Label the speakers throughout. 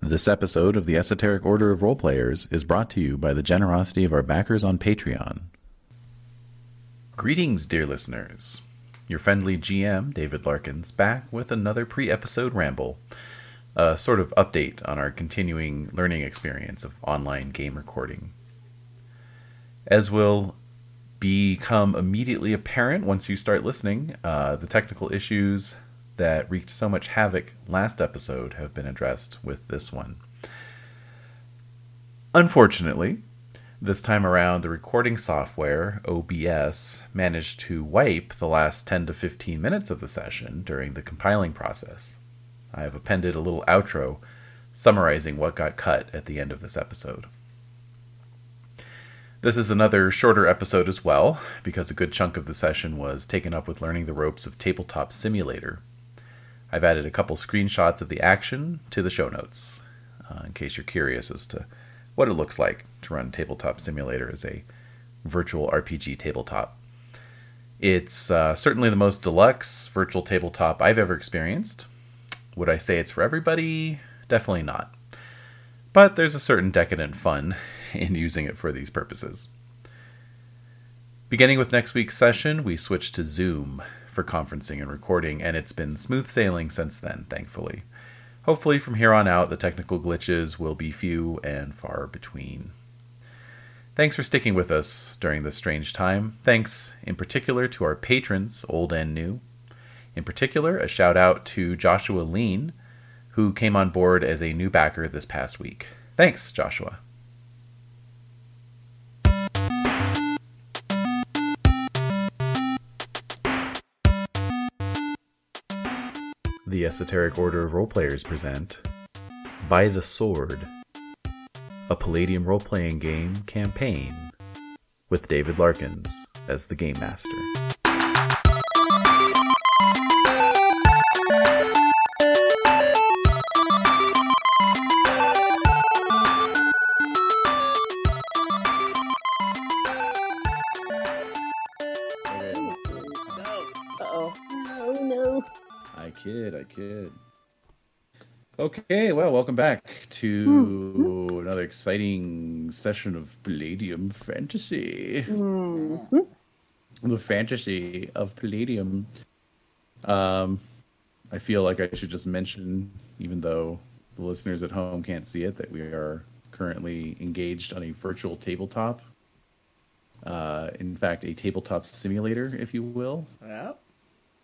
Speaker 1: This episode of the Esoteric Order of Roleplayers is brought to you by the generosity of our backers on Patreon. Greetings, dear listeners. Your friendly GM, David Larkins, back with another pre episode ramble, a sort of update on our continuing learning experience of online game recording. As will become immediately apparent once you start listening, uh, the technical issues that wreaked so much havoc last episode have been addressed with this one. Unfortunately, this time around, the recording software, OBS, managed to wipe the last 10 to 15 minutes of the session during the compiling process. I have appended a little outro summarizing what got cut at the end of this episode. This is another shorter episode as well, because a good chunk of the session was taken up with learning the ropes of Tabletop Simulator. I've added a couple screenshots of the action to the show notes, uh, in case you're curious as to what it looks like to run Tabletop Simulator as a virtual RPG tabletop. It's uh, certainly the most deluxe virtual tabletop I've ever experienced. Would I say it's for everybody? Definitely not but there's a certain decadent fun in using it for these purposes. Beginning with next week's session, we switch to Zoom for conferencing and recording, and it's been smooth sailing since then, thankfully. Hopefully, from here on out, the technical glitches will be few and far between. Thanks for sticking with us during this strange time. Thanks, in particular, to our patrons, old and new. In particular, a shout out to Joshua Lean, who came on board as a new backer this past week. Thanks, Joshua. The Esoteric Order of Roleplayers present By the Sword, a Palladium role playing game campaign with David Larkins as the game master.
Speaker 2: Okay.
Speaker 3: oh. Oh no.
Speaker 2: I kid, I kid. Okay, well, welcome back to another exciting session of Palladium Fantasy. The fantasy of Palladium. Um, I feel like I should just mention, even though the listeners at home can't see it, that we are currently engaged on a virtual tabletop. Uh, in fact, a tabletop simulator, if you will,
Speaker 4: Yep.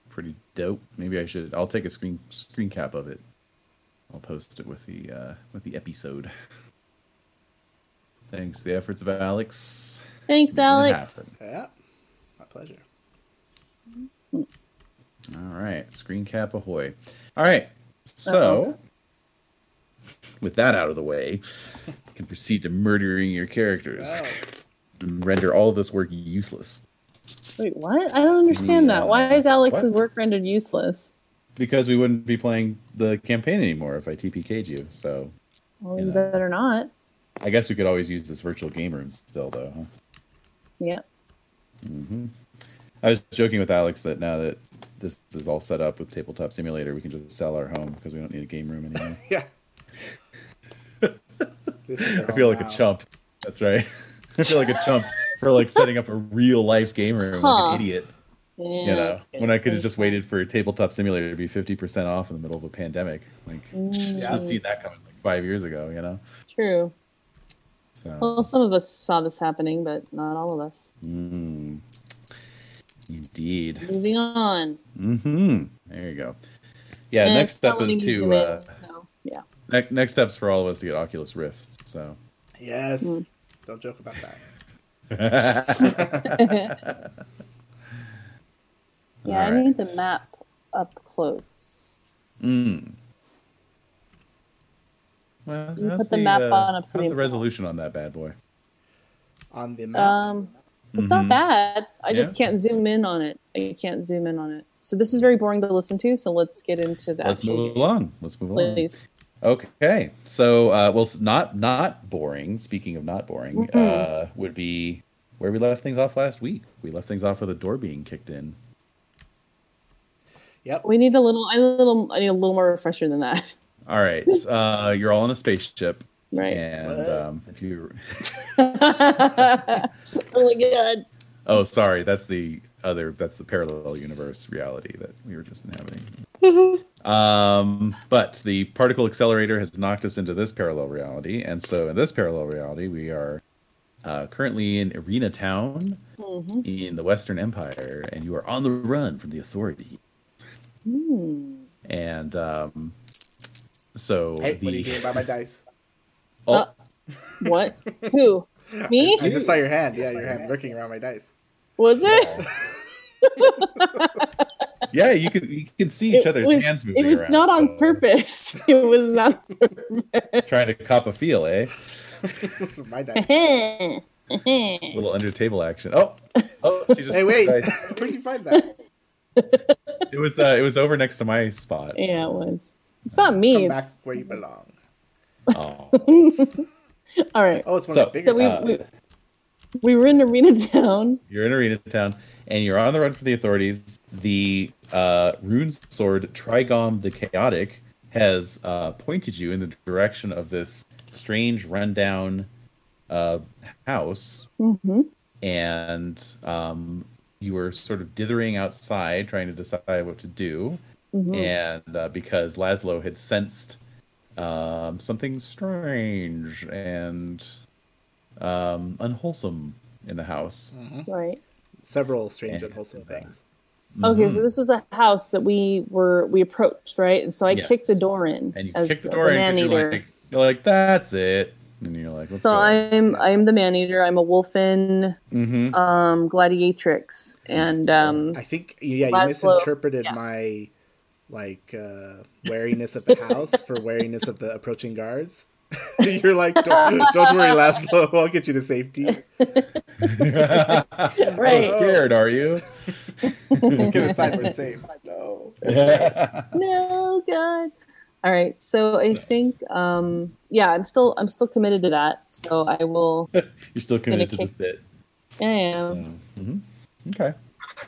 Speaker 2: pretty dope. Maybe I should. I'll take a screen screen cap of it. I'll post it with the uh, with the episode. Thanks to the efforts of Alex.
Speaker 3: Thanks,
Speaker 2: It
Speaker 3: Alex.
Speaker 4: Yep. My pleasure.
Speaker 2: All right, screen cap ahoy! All right, so with that out of the way, you can proceed to murdering your characters
Speaker 4: Oh,
Speaker 2: and render all of this work useless.
Speaker 3: Wait, what? I don't understand that. Why is Alex's
Speaker 2: What?
Speaker 3: work rendered useless?
Speaker 2: Because we wouldn't be playing the campaign anymore if I TPK'd you. So
Speaker 3: Well,
Speaker 2: You
Speaker 3: you
Speaker 2: know.
Speaker 3: better not.
Speaker 2: I guess we could always use this virtual game room still, though. Huh?
Speaker 3: Yeah.
Speaker 2: I was joking with Alex that now that this is all set up with Tabletop Simulator, we can just sell our home because we don't need a game room anymore.
Speaker 4: yeah. This is
Speaker 2: I
Speaker 4: your
Speaker 2: feel
Speaker 4: own
Speaker 2: like a
Speaker 4: house.
Speaker 2: chump. That's right. I feel like a chump for like setting up a real life game room. Like
Speaker 3: Huh.
Speaker 2: an idiot,
Speaker 3: yeah.
Speaker 2: you know. When I could have just waited for Tabletop Simulator to be fifty percent off in the middle of a pandemic, like
Speaker 3: Mm.
Speaker 2: should have seen that coming like five years ago, you know.
Speaker 3: True.
Speaker 2: So
Speaker 3: Well, some of us saw this happening, but not all of us.
Speaker 2: mm, indeed.
Speaker 3: Moving on.
Speaker 2: Mm-hmm. There you go. Yeah.
Speaker 3: Eh,
Speaker 2: next
Speaker 3: it's
Speaker 2: step
Speaker 3: not
Speaker 2: is
Speaker 3: letting me
Speaker 2: to
Speaker 3: zoom in,
Speaker 2: uh,
Speaker 3: so, Yeah.
Speaker 2: ne- next steps for all of us to get Oculus Rifts. So.
Speaker 4: Yes.
Speaker 3: Mm.
Speaker 4: Don't joke about that.
Speaker 2: yeah,
Speaker 3: Yeah, I need the map up close.
Speaker 2: Mm. Well,
Speaker 3: You
Speaker 2: how's
Speaker 3: put the map on
Speaker 2: How's
Speaker 3: Obsidian
Speaker 2: the resolution on that bad boy?
Speaker 4: On the map.
Speaker 3: Um, it's
Speaker 2: Mhm.
Speaker 3: not bad. I just
Speaker 2: Yeah.
Speaker 3: can't zoom in on it. I can't zoom in on it. So this is very boring to listen to. So let's get into the
Speaker 2: Let's
Speaker 3: actual
Speaker 2: move
Speaker 3: game,
Speaker 2: along. Let's move along.
Speaker 3: please.
Speaker 2: Okay, so uh, well, s- not not boring. Speaking of not boring,
Speaker 3: Mm-hmm.
Speaker 2: uh, would be where we left things off last week. We left things off with a door being kicked in.
Speaker 4: yep.
Speaker 3: We need a little. I need a little. I need a little more refresher than that.
Speaker 2: All right. Uh, you're all in a spaceship,
Speaker 3: Right.
Speaker 2: and
Speaker 4: What?
Speaker 2: um, if you,
Speaker 3: oh my god.
Speaker 2: oh, sorry, that's the other. That's the parallel universe reality that we were just inhabiting. um, but the particle accelerator has knocked us into this parallel reality, and so in this parallel reality, we are uh, currently in Arena Town
Speaker 3: Mhm.
Speaker 2: in the Western Empire, and you are on the run from the authority.
Speaker 3: Hmm.
Speaker 2: And um, so
Speaker 4: Hey,
Speaker 2: the
Speaker 4: what are you doing about my dice?
Speaker 2: oh,
Speaker 3: Uh, What? Who? Me?
Speaker 4: I just saw your hand. Yeah, your hand lurking around my dice.
Speaker 3: Was it?
Speaker 2: yeah, you can you can see each
Speaker 3: It
Speaker 2: other's
Speaker 3: was-
Speaker 2: hands moving.
Speaker 3: It was
Speaker 2: around,
Speaker 3: not on
Speaker 2: so-
Speaker 3: purpose. It was not. on purpose.
Speaker 2: Trying to cop a feel, eh?
Speaker 4: This is my dice.
Speaker 2: Little under table action. Oh, oh, she just.
Speaker 4: Hey, wait.
Speaker 2: Guys,
Speaker 4: Where'd you find that?
Speaker 2: It was uh, it was over next to my spot.
Speaker 3: yeah, it was. It's not me.
Speaker 4: Come
Speaker 3: It's,
Speaker 4: back where you belong.
Speaker 2: Oh.
Speaker 3: all right.
Speaker 4: Oh, it's one
Speaker 2: So-
Speaker 4: of the bigger
Speaker 3: So we,
Speaker 4: dice.
Speaker 3: we we were in Arena Town.
Speaker 2: You're in Arena Town, and you're on the run from the authorities. The uh, rune sword Trigom the Chaotic has uh, pointed you in the direction of this strange, rundown uh, house,
Speaker 3: hmm
Speaker 2: and um, you were sort of dithering outside, trying to decide what to do. and uh, because Laszlo had sensed um, something strange and um, unwholesome in the house.
Speaker 3: Right.
Speaker 4: Several strange, unwholesome things.
Speaker 2: Mm-hmm.
Speaker 3: Okay, so this was a house that we were we approached, right? And so I
Speaker 2: Yes.
Speaker 3: kicked the door in
Speaker 2: And you
Speaker 3: as
Speaker 2: kick the
Speaker 3: the
Speaker 2: door in because
Speaker 3: man-eater.
Speaker 2: you're like, you're like, that's it. And you're like, let's
Speaker 3: so
Speaker 2: go.
Speaker 3: I'm I'm the man eater. I'm a wolfen
Speaker 2: Mhm.
Speaker 3: um, gladiatrix, and um,
Speaker 4: I think, yeah, you
Speaker 3: Laszlo-
Speaker 4: misinterpreted
Speaker 3: yeah.
Speaker 4: my like uh wariness of the house for wariness of the approaching guards. You're like, don't, don't worry, Laszlo, I'll get you to safety.
Speaker 2: Oh,
Speaker 3: right?
Speaker 2: scared, are you?
Speaker 4: Get inside, we're safe. No.
Speaker 3: No, God. All right. So I think um, yeah, I'm still I'm still committed to that. So I will.
Speaker 2: You're still committed to
Speaker 3: kick-
Speaker 2: this bit.
Speaker 3: I am.
Speaker 2: Mhm. Okay.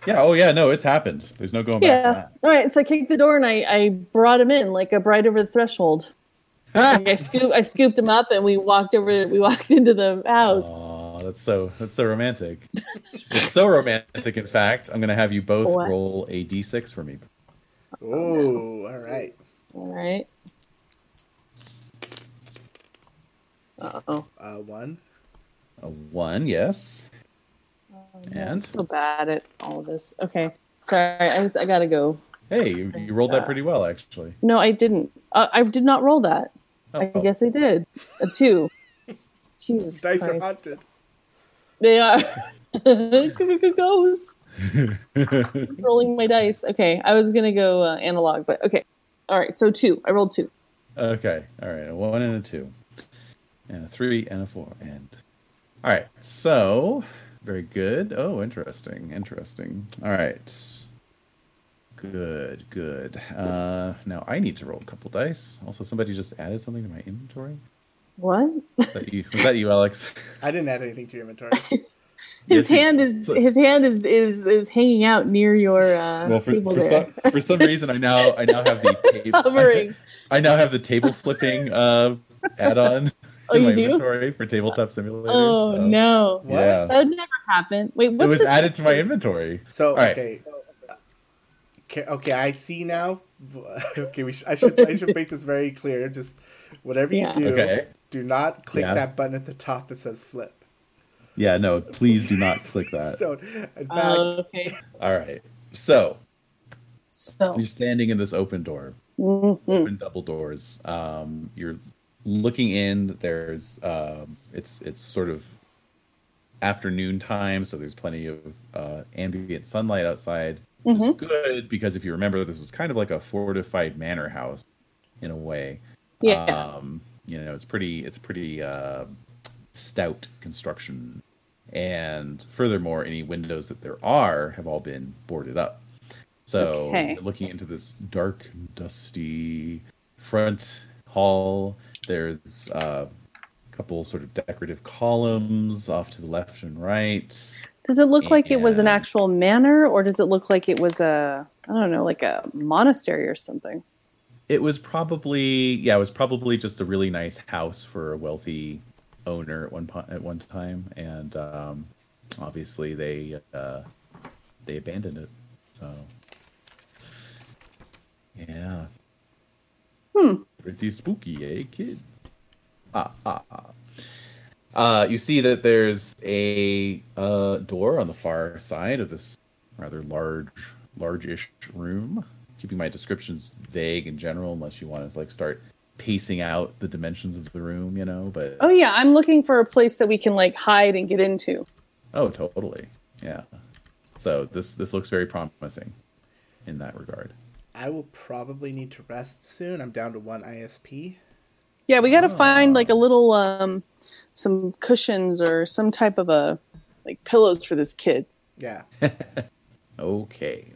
Speaker 2: Yeah. Oh, yeah. No, it's happened. There's no going back.
Speaker 3: Yeah. All right. So I kicked the door and I, I brought him in like a bride over the threshold.
Speaker 2: From that.
Speaker 3: Like I scoop I scooped him up and we walked over. We walked into the house.
Speaker 2: Aw, that's so that's so romantic. it's so romantic. In fact, I'm gonna have you both
Speaker 3: What?
Speaker 2: roll a d6 for me.
Speaker 4: Oh, all right.
Speaker 3: All right. Uh oh.
Speaker 4: Uh, one.
Speaker 2: A one, yes. and
Speaker 3: So bad at all of this. Okay. Sorry. I just I gotta go.
Speaker 2: hey, you, you rolled that pretty well, actually.
Speaker 3: No, I didn't. Uh, I did not roll that.
Speaker 2: Oh,
Speaker 3: I guess I did. A two. Jesus
Speaker 4: Dice are
Speaker 3: Christ.
Speaker 4: haunted.
Speaker 3: They are. Ghost. Rolling my dice. Okay, I was gonna go uh, analog, but okay. All right, so two. I rolled two.
Speaker 2: okay. All right, a one and a two, and a three and a four, and all right. So very good. Oh, interesting, interesting. All right. Good, good. Uh, now I need to roll a couple dice. Also, somebody just added something to my inventory.
Speaker 3: What?
Speaker 2: Was that you, was that you Alex?
Speaker 4: I didn't add anything to your inventory.
Speaker 2: Yes,
Speaker 3: His
Speaker 2: he-
Speaker 3: hand is his hand is is is hanging out near your uh,
Speaker 2: well, for,
Speaker 3: table
Speaker 2: for,
Speaker 3: there.
Speaker 2: some, for some reason, I now I now have the table.
Speaker 3: Hovering.
Speaker 2: I now have the table flipping uh, add-on
Speaker 3: Oh,
Speaker 2: in my
Speaker 3: you do?
Speaker 2: inventory for tabletop simulator.
Speaker 3: Oh
Speaker 2: so-
Speaker 3: no,
Speaker 4: What?
Speaker 2: uh, Yeah,
Speaker 3: that would never happen. Wait,
Speaker 2: it
Speaker 3: what's
Speaker 2: was
Speaker 3: this?
Speaker 2: added to my inventory.
Speaker 4: So
Speaker 2: All right.
Speaker 4: okay, okay, okay, I see now. okay, we sh- I should I should make this very clear. Just whatever
Speaker 3: Yeah.
Speaker 4: you do,
Speaker 2: Okay.
Speaker 4: do not click
Speaker 2: Yeah.
Speaker 4: that button at the top that says flip.
Speaker 2: Yeah, no, please do not click that.
Speaker 4: So, in fact,
Speaker 3: Oh, okay.
Speaker 2: All right, so
Speaker 3: So
Speaker 2: you're standing in this open door,
Speaker 3: Mhm.
Speaker 2: open double doors. Um, you're looking in. There's um, it's it's sort of afternoon time, so there's plenty of uh, ambient sunlight outside, which is
Speaker 3: Mm-hmm.
Speaker 2: good because if you remember, this was kind of like a fortified manor house in a way.
Speaker 3: yeah.
Speaker 2: Um, you know, it's pretty it's pretty uh, stout construction, and furthermore, any windows that there are have all been boarded up. So
Speaker 3: Okay.
Speaker 2: you're looking into this dark, dusty front hall. There's uh, a couple sort of decorative columns off to the left and right.
Speaker 3: Does it look like it was
Speaker 2: And-
Speaker 3: an actual manor, or does it look like it was a I don't know, like a monastery or something?
Speaker 2: it was probably yeah, it was probably just a really nice house for a wealthy owner at one po- at one time, and um, obviously they uh, they abandoned it. So yeah,
Speaker 3: Hmm.
Speaker 2: pretty spooky, eh, kid? Ah ah ah. Uh, you see that there's a uh, door on the far side of this rather large, large-ish room. Keeping my descriptions vague in general, unless you want to like start pacing out the dimensions of the room, you know. But
Speaker 3: Oh yeah, I'm looking for a place that we can like hide and get into.
Speaker 2: Oh, totally. Yeah. So this this looks very promising in that regard.
Speaker 4: I will probably need to rest soon. I'm down to one ISP.
Speaker 3: Yeah, we got to find like a little um some cushions or some type of a like pillows for this kid.
Speaker 4: Yeah.
Speaker 2: Okay.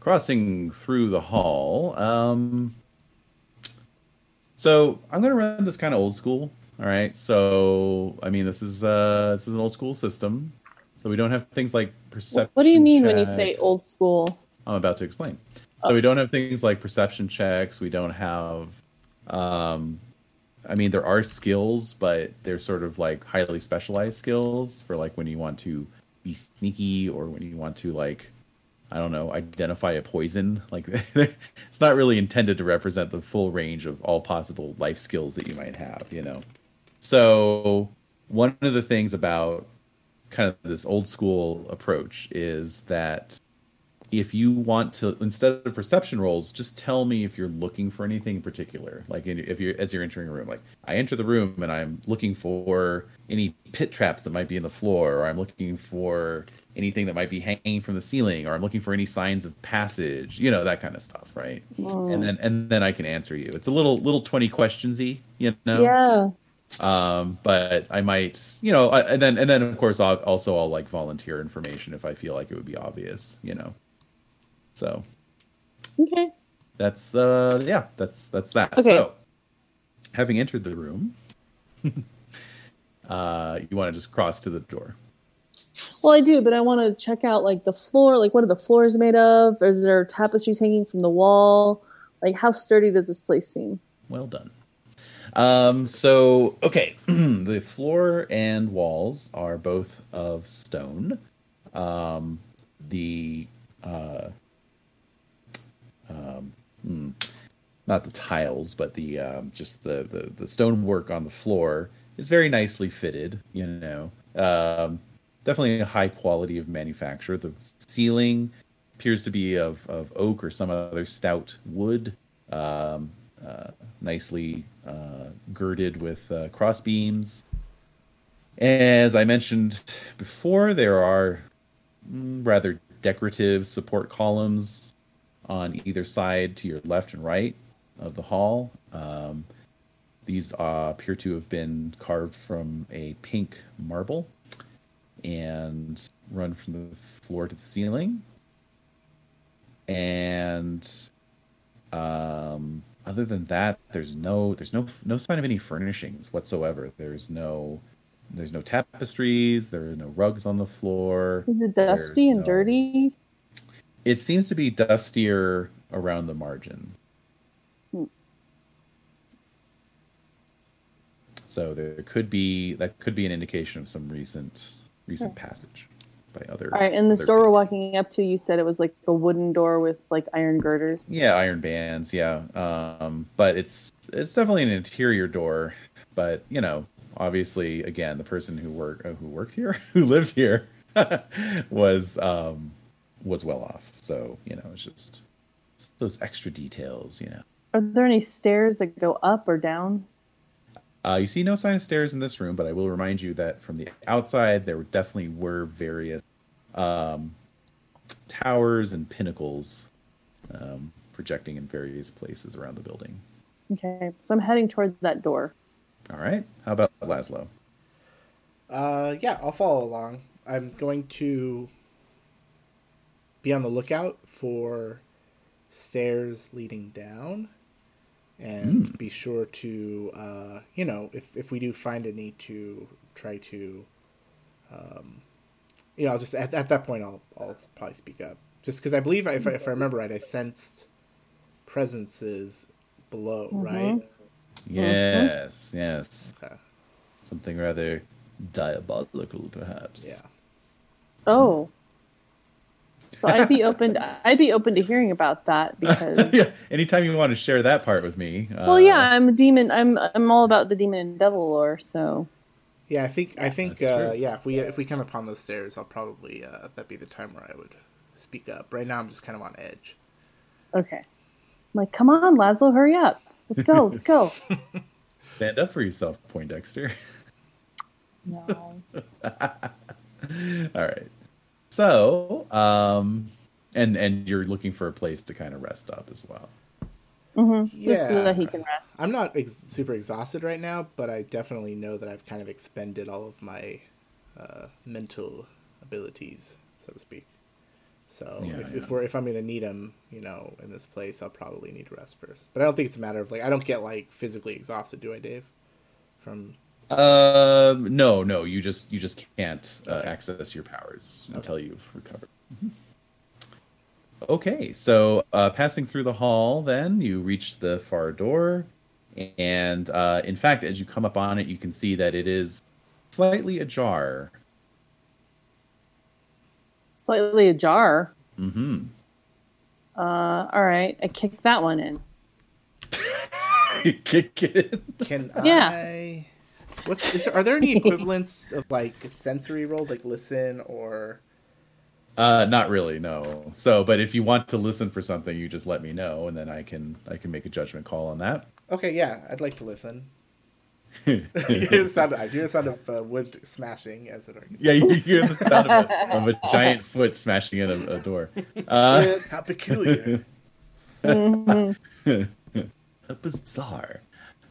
Speaker 2: Crossing through the hall. Um So, I'm going to run this kind of old school, all right? So, I mean, this is uh this is an old school system. So, we don't have things like perception
Speaker 3: What do you mean when you say
Speaker 2: checks.
Speaker 3: old school?
Speaker 2: I'm about to explain. So we don't have things like perception checks. We don't have, um, I mean, there are skills, but they're sort of like highly specialized skills for like when you want to be sneaky or when you want to like, I don't know, identify a poison. Like it's not really intended to represent the full range of all possible life skills that you might have. You know, so one of the things about kind of this old school approach is that if you want to instead of perception rolls just tell me if you're looking for anything in particular like in- if you're as you're entering a room like i enter the room and i'm looking for any pit traps that might be in the floor or i'm looking for anything that might be hanging from the ceiling or i'm looking for any signs of passage you know that kind of stuff right and then and then i can answer you it's a little little 20 questionsy you know
Speaker 3: Yeah.
Speaker 2: um but i might you know I, and then and then of course I'll, also i'll like volunteer information if i feel like it would be obvious you know so
Speaker 3: Okay.
Speaker 2: that's uh yeah that's that's that
Speaker 3: Okay.
Speaker 2: so having entered the room uh you want to just cross to the door
Speaker 3: Well, I do, but I want to check out like the floor. Like, what are the floors made of? Is there tapestries hanging from the wall? Like, how sturdy does this place seem?
Speaker 2: Well done. Um, so, okay, the floor and walls are both of stone. Um, the uh, um, hmm, not the tiles, but the um, just the, the the stonework on the floor is very nicely fitted. You know, um, definitely a high quality of manufacture. The ceiling appears to be of of oak or some other stout wood nicely uh, girded with uh, cross beams. As I mentioned before, there are mm, rather decorative support columns on either side to your left and right of the hall. Um, these uh, appear to have been carved from a pink marble and run from the floor to the ceiling. And um other than that there's no there's no no sign of any furnishings whatsoever there's no there's no tapestries there are no rugs on the floor
Speaker 3: Is it dusty
Speaker 2: There's
Speaker 3: and
Speaker 2: no-
Speaker 3: dirty?
Speaker 2: it seems to be dustier around the margins
Speaker 3: Hmm.
Speaker 2: so there could be that could be an indication of some recent recent passage by other
Speaker 3: Hmm. All right. And this
Speaker 2: other
Speaker 3: door we're
Speaker 2: feet.
Speaker 3: walking up to, you said it was like a wooden door with like iron girders.
Speaker 2: Yeah, iron bands. Yeah, um, but it's it's definitely an interior door. But you know, obviously, again, the person who worked who worked here, who lived here, was um, was well off. So you know, it's just it's those extra details. You know,
Speaker 3: Are there any stairs that go up or down?
Speaker 2: uh, you see no sign of stairs in this room, but I will remind you that from the outside, there definitely were various um, towers and pinnacles um, projecting in various places around the building.
Speaker 3: Okay. So I'm heading toward that door.
Speaker 2: All right. How about Laszlo?
Speaker 4: Uh, yeah, I'll follow along. I'm going to be on the lookout for stairs leading down and be sure to, uh, you know, if, if we do find any to try to, um, you know, I'll just, at, at that point, I'll, I'll probably speak up. Just because I believe, if I, if I remember right, I sensed presences below, right?
Speaker 2: Yes, yes.
Speaker 4: Okay.
Speaker 2: Something rather diabolical, perhaps.
Speaker 4: Yeah.
Speaker 3: Oh. So I'd be open. I'd be open to hearing about that because.
Speaker 2: yeah. Anytime you want to share that part with me. uh,
Speaker 3: Well, yeah, I'm a demon. I'm I'm all about the demon and devil lore. So
Speaker 4: Yeah, I think I think
Speaker 2: That's
Speaker 4: uh,
Speaker 2: true.
Speaker 4: yeah, if we if we come upon those stairs, I'll probably uh, that'd be the time where I would speak up. Right now, I'm just kind of on edge.
Speaker 3: okay, I'm like, come on, Laszlo, hurry up. Let's go. Let's go.
Speaker 2: Stand up for yourself, Poindexter.
Speaker 3: No.
Speaker 2: All right. So, um, and and you're looking for a place to kind of rest up as well.
Speaker 3: Just so
Speaker 4: Yeah.
Speaker 3: that he can rest.
Speaker 4: I'm not ex- super exhausted right now, but I definitely know that I've kind of expended all of my uh, mental abilities, so to speak. So
Speaker 2: Yeah,
Speaker 4: if,
Speaker 2: yeah.
Speaker 4: if we're if I'm gonna need them, you know, in this place, I'll probably need to rest first. But I don't think it's a matter of like I don't get like physically exhausted, do I, Dave? From
Speaker 2: Um, no, no, you just you just can't uh, access your powers until you've recovered. Okay, so uh, passing through the hall, then you reach the far door, and uh, in fact, as you come up on it, you can see that it is slightly ajar.
Speaker 3: Slightly ajar.
Speaker 2: Mm-hmm.
Speaker 3: Uh, all right, I kick that one in.
Speaker 2: Kick it.
Speaker 4: can
Speaker 3: Yeah.
Speaker 4: I? What's is there, are there any equivalents of like sensory roles, like listen or?
Speaker 2: Uh, not really, no. So, but if you want to listen for something, you just let me know, and then I can I can make a judgment call on that.
Speaker 4: Okay, yeah, I'd like to listen. you hear the sound of, I hear the sound of uh, wood smashing as it
Speaker 2: Yeah, you hear the sound of a, of a giant foot smashing in a, a door. Uh,
Speaker 4: arcs. How peculiar.
Speaker 2: bizarre.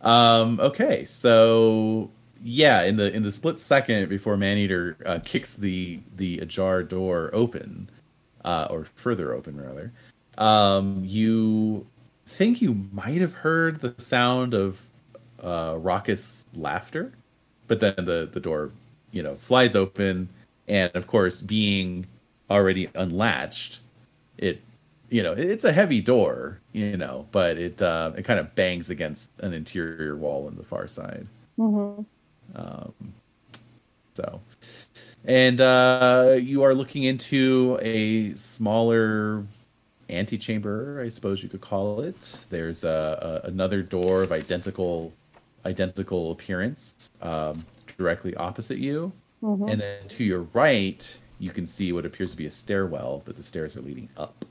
Speaker 2: Um, okay, so yeah, in the in the split second before Maneater uh, kicks the the ajar door open, uh, or further open rather, um, you think you might have heard the sound of uh, raucous laughter, but then the the door you know flies open, and of course being already unlatched, it you know it's a heavy door you know but it uh, it kind of bangs against an interior wall on the far side um, so and uh, you are looking into a smaller antechamber i suppose you could call it there's a, a, another door of identical identical appearance um, directly opposite you and then to your right you can see what appears to be a stairwell but the stairs are leading up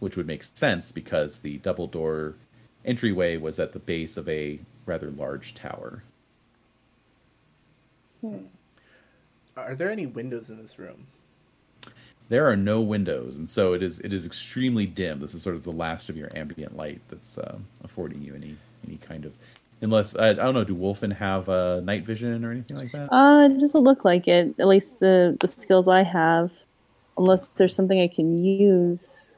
Speaker 2: which would make sense because the double door entryway was at the base of a rather large tower.
Speaker 4: Are there any windows in this room?
Speaker 2: There are no windows, and so it is it is extremely dim. This is sort of the last of your ambient light that's um, affording you any any kind of unless I, I don't know. Do Wolfen have uh, night vision or anything like that?
Speaker 3: Uh, it doesn't look like it. At least the the skills I have, unless there's something I can use.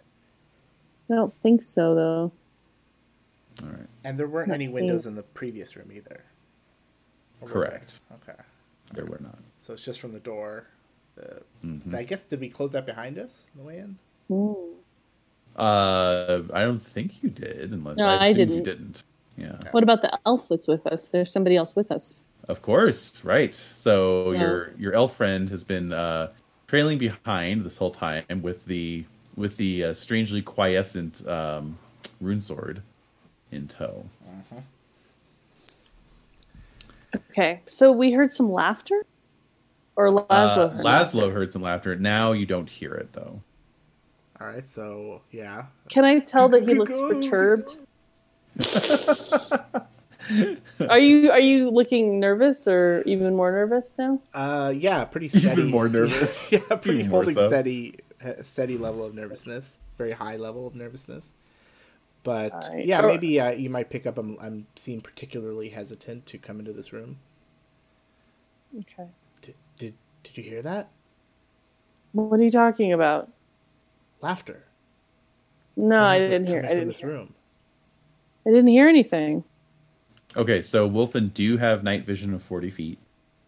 Speaker 3: I don't think so, though.
Speaker 2: All right,
Speaker 4: And there weren't any
Speaker 3: Let's
Speaker 4: windows
Speaker 3: see.
Speaker 4: in the previous room either. Or were
Speaker 2: correct.
Speaker 4: there? Okay.
Speaker 2: There were not.
Speaker 4: So it's just from the door. The,
Speaker 2: Mm-hmm.
Speaker 4: I guess did we close that behind us on the way in?
Speaker 3: Mm.
Speaker 2: Uh, I don't think you did, unless
Speaker 3: No,
Speaker 2: I
Speaker 3: I
Speaker 2: assumed you
Speaker 3: didn't.
Speaker 2: didn't. Yeah.
Speaker 3: What about the elf that's with us? There's somebody else with us.
Speaker 2: Of course, right. So,
Speaker 3: So-
Speaker 2: your your elf friend has been uh, trailing behind this whole time with the with the uh, strangely quiescent um, rune sword in tow.
Speaker 3: Okay, so we heard some laughter, or Laszlo.
Speaker 2: Uh,
Speaker 3: heard laughter.
Speaker 2: Laszlo heard some laughter. Now you don't hear it though.
Speaker 4: All right. So yeah.
Speaker 3: Can I tell that he looks
Speaker 4: Ghost.
Speaker 3: perturbed? are you are you looking nervous or even more nervous now?
Speaker 4: Uh, yeah. Pretty steady.
Speaker 2: more nervous.
Speaker 4: yeah. Pretty
Speaker 2: Even more
Speaker 4: holding
Speaker 2: so.
Speaker 4: steady. uh, Steady level of nervousness. Very high level of nervousness. But
Speaker 3: All right.
Speaker 4: yeah,
Speaker 3: Oh.
Speaker 4: maybe uh, you might pick up. I'm, I'm seem particularly hesitant to come into this room.
Speaker 3: Okay.
Speaker 4: Did did, did you hear that
Speaker 3: What are you talking about?
Speaker 4: laughter?
Speaker 3: No, I
Speaker 4: Sound was
Speaker 3: didn't hear.
Speaker 4: coming
Speaker 3: I
Speaker 4: from
Speaker 3: didn't
Speaker 4: This
Speaker 3: hear.
Speaker 4: room.
Speaker 3: I didn't hear anything.
Speaker 2: Okay, so Wolfen do have night vision of forty feet.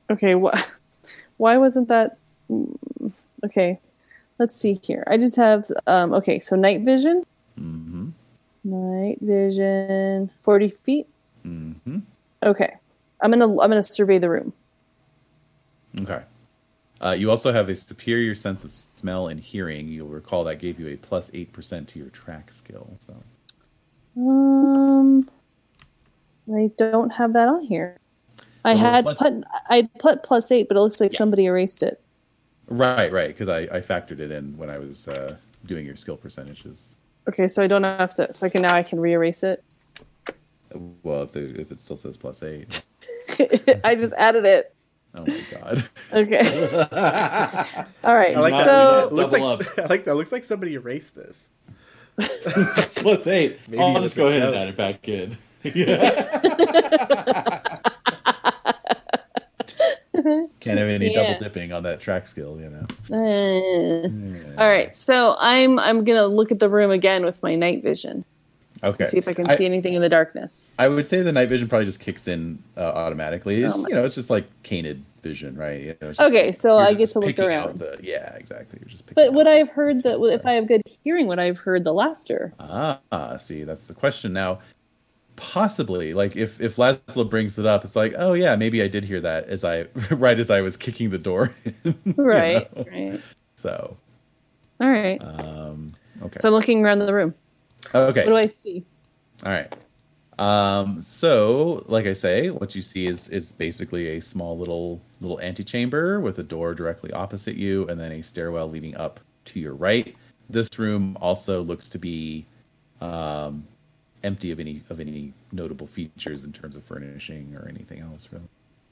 Speaker 3: Okay, wh- why wasn't that? mm, Okay, let's see here. I just have um, okay, so night vision.
Speaker 2: hmm
Speaker 3: Night vision. Forty feet.
Speaker 2: Mm-hmm.
Speaker 3: Okay. I'm gonna I'm gonna survey the room.
Speaker 2: Okay. Uh, you also have a superior sense of smell and hearing. You'll recall that gave you a plus eight percent to your track skill. So
Speaker 3: Um, I don't have that on here. I
Speaker 2: Oh,
Speaker 3: had
Speaker 2: plus-
Speaker 3: put I put plus eight, but it looks like somebody erased it.
Speaker 2: right, right, because I, I factored it in when I was uh, doing your skill percentages.
Speaker 3: Okay, so I don't have to. So I can now I can re-erase it.
Speaker 2: Well, if, the, if it still says plus eight.
Speaker 3: I just added it.
Speaker 2: Oh my god.
Speaker 3: Okay. All right.
Speaker 4: I like that.
Speaker 3: so
Speaker 4: It looks like
Speaker 5: Double
Speaker 4: I like that. Looks like somebody erased this.
Speaker 5: Plus eight.
Speaker 4: Maybe
Speaker 5: I'll
Speaker 4: it
Speaker 5: just go ahead and
Speaker 4: does.
Speaker 5: add it back in. yeah.
Speaker 2: Can't have any
Speaker 3: Yeah.
Speaker 2: double dipping on that track skill, you know.
Speaker 3: uh, all right. So I'm I'm gonna look at the room again with my night vision.
Speaker 2: Okay.
Speaker 3: See if I can
Speaker 2: I,
Speaker 3: see anything in the darkness.
Speaker 2: I would say the night vision probably just kicks in uh, automatically. It's,
Speaker 3: Oh my-
Speaker 2: you know, it's just like canid vision, right? You know, it's just-
Speaker 3: Okay, so
Speaker 2: you're
Speaker 3: I get
Speaker 2: just
Speaker 3: to look
Speaker 2: picking out
Speaker 3: around.
Speaker 2: the- yeah, exactly. You're just picking
Speaker 3: But would
Speaker 2: out-
Speaker 3: I have heard that if I have good hearing? Would I have heard the laughter?
Speaker 2: Ah, see, that's the question now. Possibly, like if if Laszlo brings it up, it's like, oh yeah, maybe I did hear that as I right as I was kicking the door. in, you
Speaker 3: Right.
Speaker 2: know?
Speaker 3: Right.
Speaker 2: So
Speaker 3: All right.
Speaker 2: um, okay,
Speaker 3: So I'm looking around the room.
Speaker 2: okay,
Speaker 3: What do I see?
Speaker 2: all right. Um, so like I say, what you see is is basically a small little little antechamber with a door directly opposite you, and then a stairwell leading up to your right. This room also looks to be um, empty of any of any notable features in terms of furnishing or anything else. Really.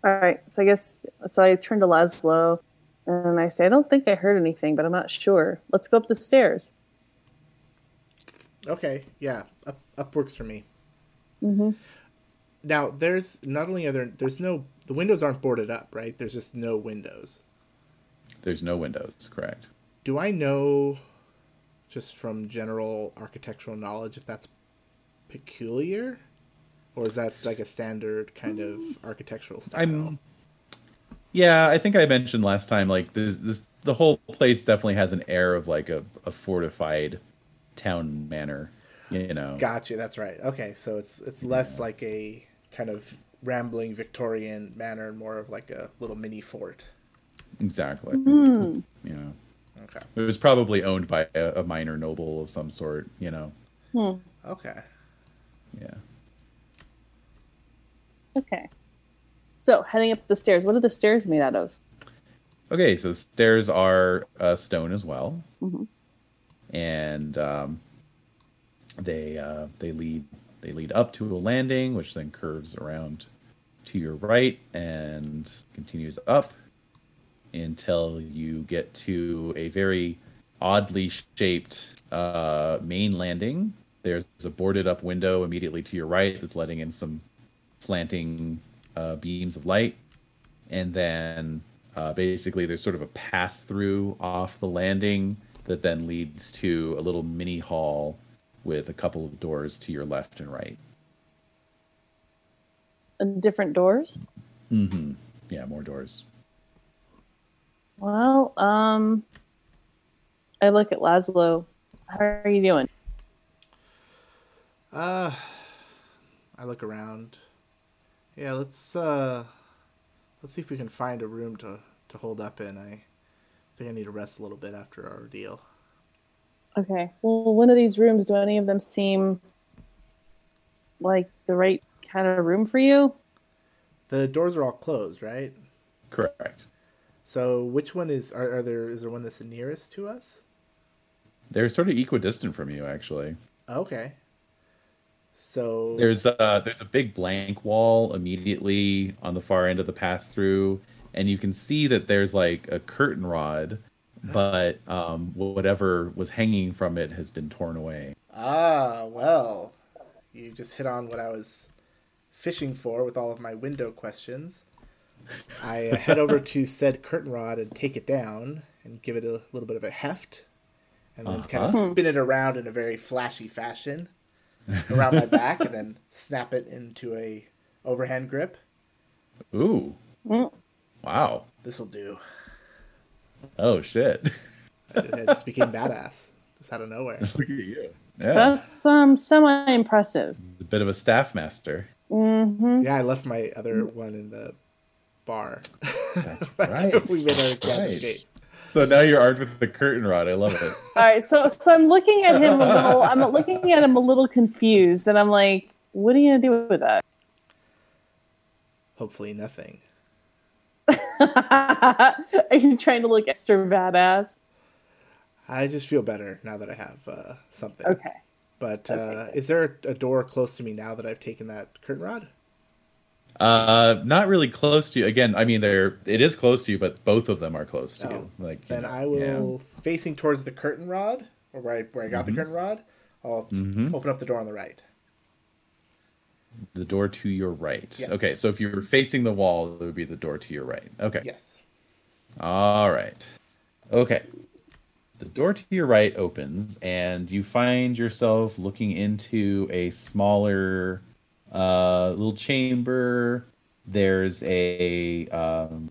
Speaker 3: All right. So I guess so. I turn to Laszlo and I say, I don't think I heard anything, but I'm not sure. Let's go up the stairs.
Speaker 4: Okay, yeah, up, up works for me.
Speaker 3: Mhm.
Speaker 4: Now there's not only are there there's no the windows aren't boarded up, right? There's just no windows.
Speaker 2: There's no windows, correct?
Speaker 4: Do I know, just from general architectural knowledge, if that's peculiar, or is that like a standard kind of architectural style?
Speaker 2: I'm- Yeah, I think I mentioned last time like this, this the whole place definitely has an air of like a, a fortified town manor, you know.
Speaker 4: Gotcha. That's right. Okay, so it's it's less like a kind of rambling Victorian manor and more of like a little mini fort.
Speaker 2: Exactly. You know,
Speaker 4: Okay.
Speaker 2: it was probably owned by a, a minor noble of some sort. You know,
Speaker 4: Okay.
Speaker 2: yeah.
Speaker 3: Okay. So heading up the stairs. What are the stairs made out of?
Speaker 2: Okay, so the stairs are uh, stone as well, and um, they uh, they lead they lead up to a landing, which then curves around to your right and continues up until you get to a very oddly shaped uh, main landing. There's a boarded up window immediately to your right that's letting in some slanting uh, beams of light and then uh, basically there's sort of a pass through off the landing that then leads to a little mini hall with a couple of doors to your left and right.
Speaker 3: And different doors?
Speaker 2: Yeah, more doors.
Speaker 3: Well, um, I look at Laszlo. How are you doing?
Speaker 4: Uh, I look around. Yeah, let's uh, let's see if we can find a room to to hold up in. I think I need to rest a little bit after our ordeal.
Speaker 3: Okay. Well, one of these rooms, do any of them seem like the right kind of room for you?
Speaker 4: The doors are all closed, right?
Speaker 2: Correct.
Speaker 4: So which one is are, are there? Is there one that's the nearest to us?
Speaker 2: They're sort of equidistant from you, actually.
Speaker 4: Okay. So
Speaker 2: There's uh there's a big blank wall immediately on the far end of the pass through, and you can see that there's like a curtain rod, but um, whatever was hanging from it has been torn away.
Speaker 4: ah well, you just hit on what I was fishing for with all of my window questions. I uh, head over to said curtain rod and take it down and give it a little bit of a heft, and then kind of
Speaker 2: Uh-huh.
Speaker 4: spin it around in a very flashy fashion around my back, and then snap it into a overhand grip.
Speaker 2: Ooh.
Speaker 3: Mm.
Speaker 2: Wow.
Speaker 4: This'll do.
Speaker 2: Oh shit.
Speaker 4: I just became badass just out of nowhere.
Speaker 2: Look at you. Yeah.
Speaker 3: That's um, semi impressive.
Speaker 2: He's a bit of a staff master.
Speaker 3: hmm
Speaker 4: Yeah, I left my other one in the bar.
Speaker 2: That's right.
Speaker 4: we made our
Speaker 2: That's right.
Speaker 4: escape.
Speaker 2: So now you're armed with the curtain rod. I love it.
Speaker 3: All right, so so I'm looking at him a little. I'm looking at him a little confused, and I'm like, "What are you gonna do with that?"
Speaker 4: Hopefully nothing.
Speaker 3: are you trying to look extra badass?
Speaker 4: I just feel better now that I have uh, something.
Speaker 3: Okay.
Speaker 4: But uh, is there a door close to me now that I've taken that curtain rod?
Speaker 2: Uh, not really close to you. Again, I mean, they're it is close to you, but both of them are close to you.
Speaker 4: Oh,
Speaker 2: Like you
Speaker 4: Then
Speaker 2: know,
Speaker 4: I
Speaker 2: yeah. Mm-hmm.
Speaker 4: will facing towards the curtain rod, or where I, where I got the curtain rod. I'll t- open up the door on the right.
Speaker 2: the door to your right.
Speaker 4: Yes.
Speaker 2: Okay, so if you were facing the wall, it would be the door to your right. Okay.
Speaker 4: Yes.
Speaker 2: All right. Okay. The door to your right opens, and you find yourself looking into a smaller uh, little chamber. There's a um,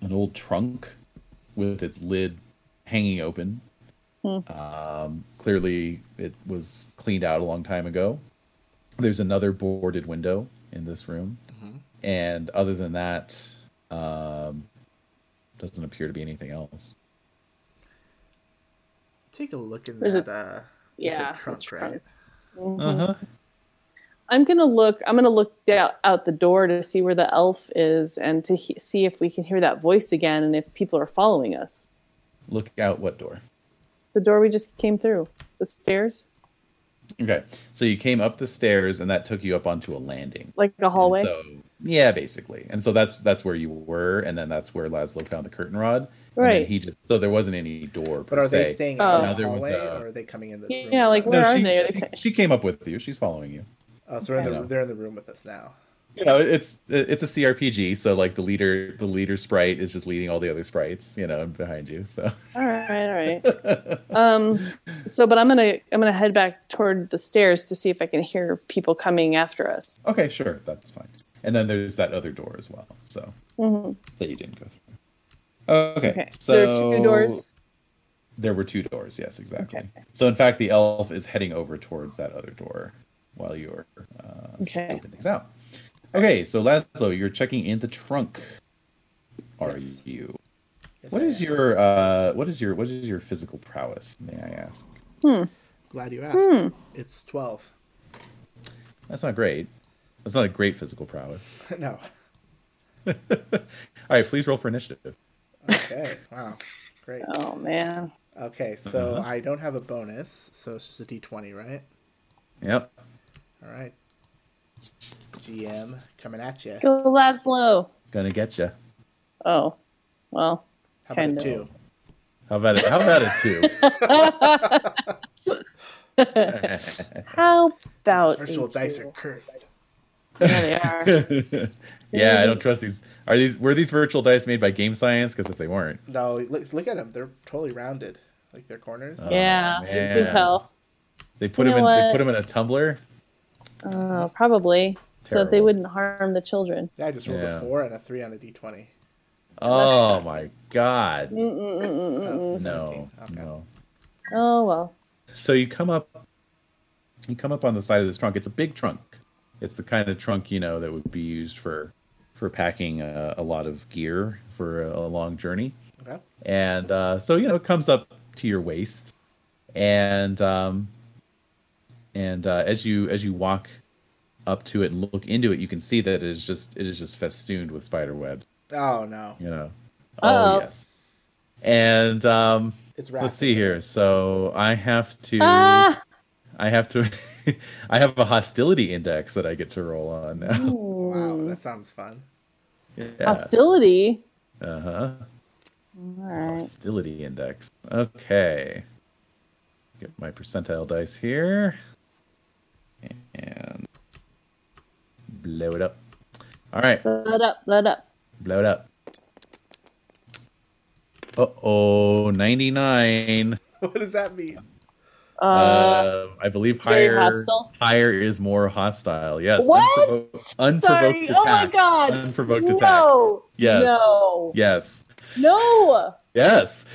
Speaker 2: an old trunk with its lid hanging open. Um, clearly, it was cleaned out a long time ago. There's another boarded window in this room, and other than that, um, doesn't appear to be anything else.
Speaker 4: Take a look in
Speaker 3: There's
Speaker 4: that.
Speaker 3: a-
Speaker 4: uh, you said
Speaker 3: Yeah.
Speaker 4: trunk,
Speaker 3: that's
Speaker 4: right?
Speaker 3: fine.
Speaker 2: Uh huh.
Speaker 3: I'm gonna look. I'm gonna look down, out the door to see where the elf is, and to he- see if we can hear that voice again, and if people are following us.
Speaker 2: Look out what door?
Speaker 3: The door we just came through, the stairs,
Speaker 2: Okay, so you came up the stairs, and that took you up onto a landing.
Speaker 3: like a hallway.
Speaker 2: So yeah, basically, and so that's that's where you were, and then that's where Laszlo found the curtain rod. And then
Speaker 3: Right.
Speaker 2: he just so there wasn't any door. Per
Speaker 4: But are they
Speaker 2: se.
Speaker 4: staying
Speaker 3: Oh.
Speaker 4: out
Speaker 2: No,
Speaker 4: in the
Speaker 2: there was
Speaker 4: hallway,
Speaker 2: a-
Speaker 4: or are they coming in the
Speaker 3: Yeah,
Speaker 4: room? with
Speaker 3: like,
Speaker 4: us?
Speaker 3: where
Speaker 2: no,
Speaker 3: are
Speaker 2: she,
Speaker 3: they? Are they-
Speaker 2: She came up with you. She's following you.
Speaker 4: Oh, so they're in,
Speaker 2: Yeah.
Speaker 4: the, they're in the room with us now.
Speaker 2: You know, it's it's a CRPG, so like the leader, the leader sprite is just leading all the other sprites. You know, behind you. So
Speaker 3: all right, all right. um, so, but I'm gonna I'm gonna head back toward the stairs to see if I can hear people coming after us.
Speaker 2: okay, sure, that's fine. And then there's that other door as well. So
Speaker 3: Mhm.
Speaker 2: that you didn't go through. Okay,
Speaker 3: Okay,
Speaker 2: so
Speaker 3: there are two doors.
Speaker 2: There were two doors. Yes, exactly. So in fact, the elf is heading over towards that other door while you're uh,
Speaker 3: Okay.
Speaker 2: scoping things out. Okay, so Laszlo, you're checking in the trunk. Are
Speaker 4: Yes.
Speaker 2: you?
Speaker 4: Yes,
Speaker 2: What
Speaker 4: I
Speaker 2: is
Speaker 4: am.
Speaker 2: your uh, what is your what is your physical prowess? May I ask?
Speaker 4: Glad you asked.
Speaker 3: Hmm.
Speaker 4: It's twelve.
Speaker 2: That's not great. That's not a great physical prowess.
Speaker 4: no.
Speaker 2: All right, please roll for initiative.
Speaker 4: Okay. wow. Great.
Speaker 3: Oh man.
Speaker 4: Okay, so
Speaker 2: Uh-huh.
Speaker 4: I don't have a bonus, so it's just a D twenty, right?
Speaker 2: Yep.
Speaker 4: All right. GM coming at you.
Speaker 3: Go Laszlo.
Speaker 2: Gonna get you.
Speaker 3: Oh, well.
Speaker 4: How about a
Speaker 3: kinda.
Speaker 4: two?
Speaker 2: How about it? How about it too?
Speaker 3: How about
Speaker 4: Virtual
Speaker 3: a
Speaker 4: dice
Speaker 3: two?
Speaker 4: are cursed.
Speaker 3: Yeah, they are.
Speaker 2: yeah, I don't trust these. Are these were these virtual dice made by Game Science? Because if they weren't,
Speaker 4: No, look, look at them. They're totally rounded, like their corners.
Speaker 2: Oh.
Speaker 3: yeah, you
Speaker 2: man.
Speaker 3: can tell.
Speaker 2: they put
Speaker 3: You
Speaker 2: them in.
Speaker 3: know
Speaker 2: They
Speaker 3: what?
Speaker 2: put them in a tumbler.
Speaker 3: Oh, probably. So that they
Speaker 2: Terrible.
Speaker 3: wouldn't harm the children.
Speaker 4: Yeah, I just rolled
Speaker 2: Yeah.
Speaker 4: a four and a three on a D twenty.
Speaker 2: Oh my god!
Speaker 3: Mm.
Speaker 4: Oh,
Speaker 2: No,
Speaker 4: 17.
Speaker 2: no.
Speaker 3: Oh well.
Speaker 2: So you come up, you come up on the side of this trunk. It's a big trunk. It's the kind of trunk you know that would be used for for packing a, a lot of gear for a, a long journey.
Speaker 4: Okay.
Speaker 2: and uh, so you know it comes up to your waist and um, and uh, as you as you walk up to it and look into it you can see that it is just it is just festooned with spider webs
Speaker 4: Oh no,
Speaker 2: you know
Speaker 3: Uh-oh.
Speaker 2: oh yes and um,
Speaker 4: it's wrapped.
Speaker 2: let's see here so i have to
Speaker 3: Ah,
Speaker 2: i have to i have a hostility index that i get to roll on now
Speaker 4: Wow,
Speaker 3: Mm.
Speaker 4: that sounds fun.
Speaker 2: yeah.
Speaker 3: hostility.
Speaker 2: uh-huh
Speaker 3: All right.
Speaker 2: Hostility index. Okay. Get my percentile dice here. And blow it up. All right,
Speaker 3: Let up, let up.
Speaker 2: blow it up. Uh oh, 99.
Speaker 4: what does that mean?
Speaker 3: Uh,
Speaker 2: Uh, I believe
Speaker 3: very
Speaker 2: higher
Speaker 3: hostile?
Speaker 2: higher is more hostile. Yes.
Speaker 3: What?
Speaker 2: unprovo-
Speaker 3: sorry.
Speaker 2: unprovoked
Speaker 3: Oh my
Speaker 2: attack.
Speaker 3: god.
Speaker 2: Unprovoked attack.
Speaker 3: no.
Speaker 2: Yes.
Speaker 3: No.
Speaker 2: Yes.
Speaker 3: No.
Speaker 2: Yes.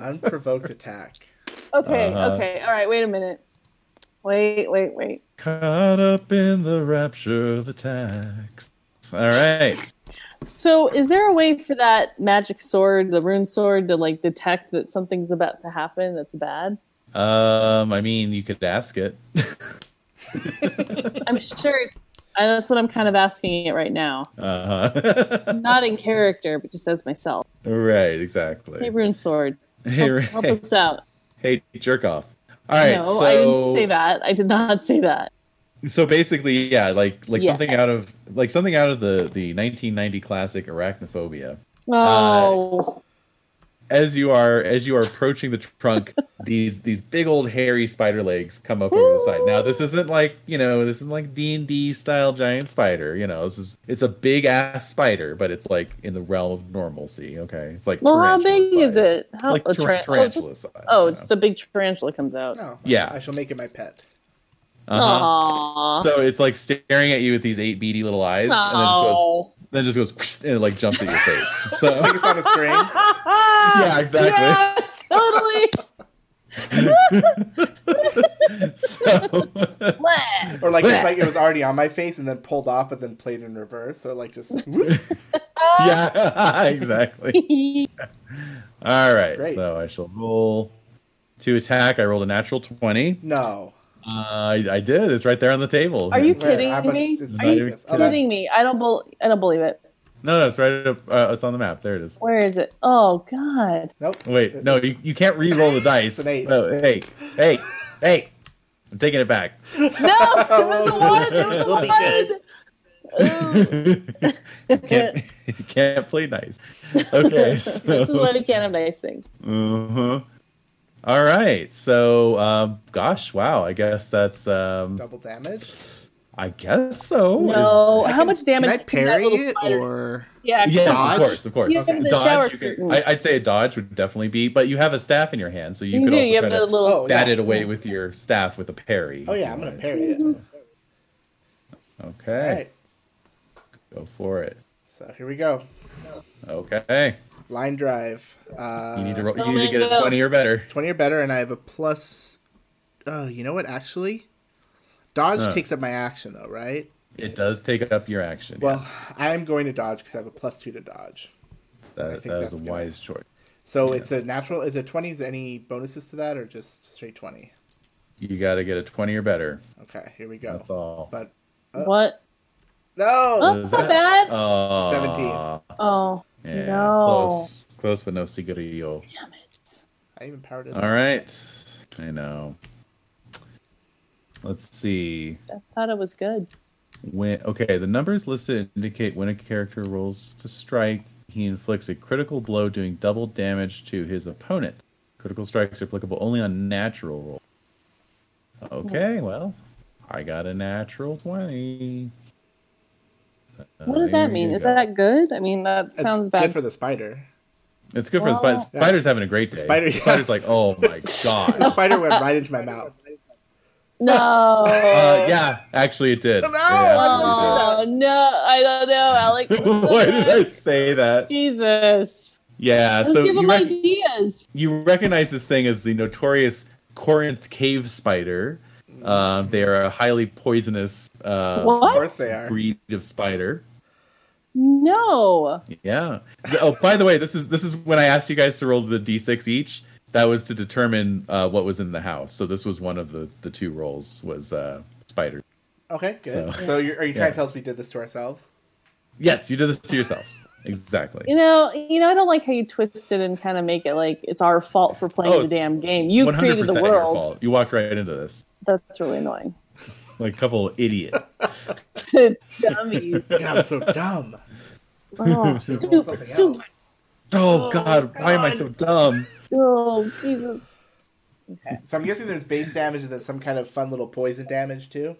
Speaker 4: Unprovoked attack.
Speaker 3: Okay,
Speaker 2: Uh-huh.
Speaker 3: okay, all right. Wait a minute. Wait, wait, wait.
Speaker 2: Caught up in the rapture of attacks. All right.
Speaker 3: So, is there a way for that magic sword, the rune sword, to like detect that something's about to happen that's bad?
Speaker 2: Um, I mean, you could ask it.
Speaker 3: I'm sure. it- I, that's what I'm kind of asking it right now.
Speaker 2: Uh-huh.
Speaker 3: Not in character, but just as myself.
Speaker 2: right,
Speaker 3: Hey,
Speaker 2: exactly.
Speaker 3: rune sword,
Speaker 2: Hey,
Speaker 3: help, help us out.
Speaker 2: hey, jerk off. All right.
Speaker 3: no,
Speaker 2: so,
Speaker 3: I didn't say that. I did not say that.
Speaker 2: So basically, yeah, like like
Speaker 3: Yeah.
Speaker 2: something out of like something out of the the 1990 classic Arachnophobia.
Speaker 3: Oh,
Speaker 2: As you are as you are approaching the trunk, these these big old hairy spider legs come up over the side. Now this isn't like you know this isn't like D and D style giant spider. You know this is it's a big ass spider, but it's like in the realm of normalcy. Okay, it's like
Speaker 3: well, how
Speaker 2: tarantula
Speaker 3: big is
Speaker 2: size.
Speaker 3: it? How
Speaker 2: like
Speaker 3: a
Speaker 2: tar-
Speaker 3: taran- oh, just-
Speaker 2: tarantula size.
Speaker 3: Oh,
Speaker 2: you
Speaker 3: it's
Speaker 2: know.
Speaker 3: the big tarantula comes out.
Speaker 4: Oh,
Speaker 2: Yeah.
Speaker 4: I shall make it my pet.
Speaker 2: Uh-huh.
Speaker 3: Aww.
Speaker 2: So it's like staring at you with these eight beady little eyes, and then it just goes then it just goes "Psst," and it like jumps at your face. So
Speaker 4: Like it's on a string.
Speaker 2: yeah, exactly.
Speaker 3: Yeah, totally.
Speaker 2: So
Speaker 3: Bleh.
Speaker 4: Or like it's like it was already on my face and then pulled off, but then played in reverse. So like just whoop.
Speaker 2: yeah, exactly. All right.
Speaker 4: Great.
Speaker 2: So I shall roll to attack. I rolled a natural twenty.
Speaker 4: no.
Speaker 2: Uh, I, I did. It's right there on the table.
Speaker 3: Are you
Speaker 4: Where?
Speaker 3: kidding
Speaker 4: I must-
Speaker 3: me?
Speaker 4: it's
Speaker 2: Are you
Speaker 4: Vegas. Oh, that-
Speaker 3: Kidding me? I don't. Bel- I don't believe it.
Speaker 2: No, no, it's right up. Uh, it's on the map. There it is.
Speaker 3: Where is it? Oh God.
Speaker 4: Nope.
Speaker 2: Wait, no, you, you can't re-roll the dice.
Speaker 4: It's an eight.
Speaker 2: No, hey, hey, hey! I'm taking it back.
Speaker 3: No, it was the one. It
Speaker 4: We'll
Speaker 3: was the
Speaker 4: be good.
Speaker 3: one. Ooh,
Speaker 2: Can't you can't play nice. Okay, so
Speaker 3: this is why we can't have nice things.
Speaker 2: Uh-huh. All right. So, um, gosh, wow. I guess that's. Um,
Speaker 4: Double damage.
Speaker 2: I guess so. Is-
Speaker 3: No.
Speaker 4: I
Speaker 3: How
Speaker 4: can-
Speaker 3: much damage
Speaker 4: Can I parry
Speaker 3: that little
Speaker 4: it
Speaker 3: spider?
Speaker 4: or
Speaker 3: Yeah.
Speaker 2: yes,
Speaker 4: Dodge?
Speaker 2: of course, of course.
Speaker 3: You have the shower
Speaker 2: dodge. You
Speaker 3: curtain.
Speaker 2: can, I, I'd say a dodge would definitely be, but you have a staff in your hand, so you,
Speaker 3: You,
Speaker 2: could
Speaker 3: do.
Speaker 2: also
Speaker 3: You
Speaker 2: try
Speaker 3: have the
Speaker 2: to
Speaker 3: little.
Speaker 4: Oh, yeah.
Speaker 2: bat it away with your staff with a parry.
Speaker 4: Oh
Speaker 2: if
Speaker 4: yeah,
Speaker 2: you
Speaker 4: I'm gonna
Speaker 2: wanted.
Speaker 4: parry it.
Speaker 2: Okay,
Speaker 4: All right.
Speaker 2: go for it.
Speaker 4: So here we go.
Speaker 2: Okay,
Speaker 4: Line drive. Uh,
Speaker 2: you need to roll.
Speaker 3: Oh
Speaker 2: You need to
Speaker 3: my
Speaker 2: get a
Speaker 3: God.
Speaker 2: twenty or better.
Speaker 4: twenty or better, and I have a plus. Oh, you know what? Actually, dodge
Speaker 2: Huh.
Speaker 4: takes up my action though, right?
Speaker 2: It does take up your action.
Speaker 4: Well, I am going to dodge because I have a plus two to dodge.
Speaker 2: that,
Speaker 4: think
Speaker 2: that
Speaker 4: that's
Speaker 2: is a
Speaker 4: gonna-
Speaker 2: wise choice.
Speaker 4: So it's a natural. Is it twenty? Is there any bonuses to that, or just straight twenty?
Speaker 2: You got to get a twenty or better.
Speaker 4: Okay, here we go.
Speaker 2: That's all.
Speaker 4: Oh, But
Speaker 3: What?
Speaker 4: no,
Speaker 3: Oh,
Speaker 2: Is
Speaker 3: that's not
Speaker 2: that-
Speaker 3: bad.
Speaker 2: Aw.
Speaker 4: 17.
Speaker 3: oh,
Speaker 2: Uh, Yeah,
Speaker 3: No.
Speaker 2: close, close, but no cigarillo.
Speaker 3: damn it.
Speaker 4: I even powered it.
Speaker 2: All right, I know. Let's see.
Speaker 3: I thought it was good.
Speaker 2: When okay, the numbers listed indicate when a character rolls to strike, he inflicts a critical blow, doing double damage to his opponent. Critical strikes are applicable only on natural rolls. Okay, well, I got a natural twenty.
Speaker 3: What does that mean? Is that good? I mean, that
Speaker 4: It's
Speaker 3: sounds
Speaker 4: good
Speaker 3: bad.
Speaker 4: for the spider.
Speaker 2: It's good for the
Speaker 3: Well-
Speaker 2: spider. Spider's having a great day.
Speaker 4: spider-
Speaker 2: spider's
Speaker 4: yes.
Speaker 2: like, oh my god.
Speaker 4: The spider went right into my mouth.
Speaker 3: no.
Speaker 2: Uh, yeah, actually, it did.
Speaker 4: No!
Speaker 2: It actually did.
Speaker 3: Oh no, I don't know, Alec.
Speaker 2: Why did I say that?
Speaker 3: Jesus.
Speaker 2: Yeah,
Speaker 3: Let's
Speaker 2: so
Speaker 3: give
Speaker 2: you,
Speaker 3: him
Speaker 2: rec-
Speaker 3: ideas.
Speaker 2: you recognize this thing as the notorious Corinth cave spider. Um, they are a highly poisonous uh,
Speaker 4: Of
Speaker 3: What?
Speaker 4: course they are.
Speaker 2: breed of spider.
Speaker 3: No.
Speaker 2: Yeah. Oh, by the way, this is this is when I asked you guys to roll the d6 each. That was to determine uh, what was in the house. So this was one of the the two rolls was uh, spider.
Speaker 4: Okay, good. So,
Speaker 2: So-
Speaker 4: you're, are you trying
Speaker 2: Yeah.
Speaker 4: to tell us we did this to ourselves?
Speaker 2: Yes, you did this to yourself. Exactly.
Speaker 3: You know, you know, I don't like how you twist it and kind of make it like it's our fault for playing
Speaker 2: Oh,
Speaker 3: the
Speaker 2: it's
Speaker 3: damn game. You created the world.
Speaker 2: fault. You walked right into this
Speaker 3: That's really annoying.
Speaker 2: like a couple of idiots.
Speaker 3: Dummies.
Speaker 4: God, I'm so dumb.
Speaker 3: Oh,
Speaker 4: Something
Speaker 3: stupid,
Speaker 4: else.
Speaker 3: stupid.
Speaker 2: Oh, God, why am I so dumb?
Speaker 3: Oh, Jesus. Okay.
Speaker 4: So I'm guessing there's base damage and then some kind of fun little poison damage too.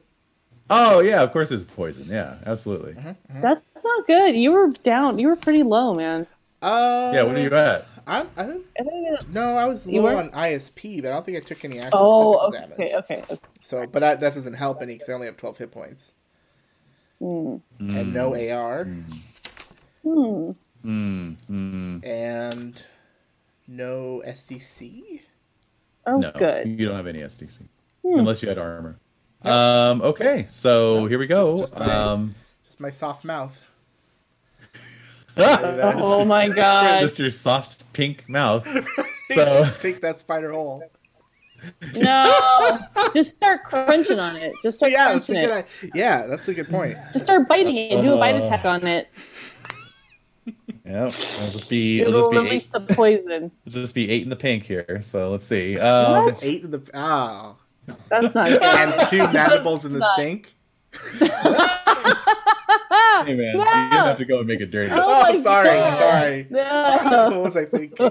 Speaker 2: Oh yeah, of course it's poison. Yeah, absolutely.
Speaker 4: Mm-hmm.
Speaker 3: That's not good. You were down. You were pretty low, man.
Speaker 4: Uh,
Speaker 2: Yeah, what are you at?
Speaker 4: I'm, I don't
Speaker 3: I don't even-
Speaker 4: know. I was
Speaker 3: You
Speaker 4: low
Speaker 3: were?
Speaker 4: on ISP, but I don't think I took any actual
Speaker 3: Oh,
Speaker 4: physical
Speaker 3: okay,
Speaker 4: damage.
Speaker 3: okay, okay.
Speaker 4: So, but I, that doesn't help any because I only have 12 hit points
Speaker 3: Mm.
Speaker 4: and no AR
Speaker 3: Hmm.
Speaker 2: Mm, mm.
Speaker 4: and no SDC.
Speaker 3: Oh,
Speaker 2: no,
Speaker 3: good.
Speaker 2: you don't have any SDC
Speaker 3: Hmm.
Speaker 2: unless you had armor. Um, okay, so here we go.
Speaker 4: Just- just-
Speaker 2: Um,
Speaker 4: Just my soft mouth.
Speaker 3: Oh my god.
Speaker 2: just your soft pink mouth. So
Speaker 4: Take that spider hole.
Speaker 3: No. just start crunching on it. Just start
Speaker 4: Yeah, that's a
Speaker 3: crunching it.
Speaker 4: good. i- Yeah, that's a good point.
Speaker 3: Just start biting it. Do a bite
Speaker 2: Uh,
Speaker 3: attack on it.
Speaker 2: yeah, it'll just be it'll
Speaker 3: It'll
Speaker 2: just be
Speaker 3: release
Speaker 2: eight,
Speaker 3: the poison.
Speaker 2: it'll just be eight in the pink here. So let's see. Um,
Speaker 3: What?
Speaker 4: Eight of the ah,
Speaker 3: That's not good.
Speaker 4: and two mandibles in the
Speaker 3: Not-
Speaker 4: stink.
Speaker 2: Hey man,
Speaker 3: No.
Speaker 2: you didn't have to go and make it dirty.
Speaker 3: Oh my
Speaker 4: sorry,
Speaker 3: God.
Speaker 4: sorry.
Speaker 3: No.
Speaker 4: what was I thinking?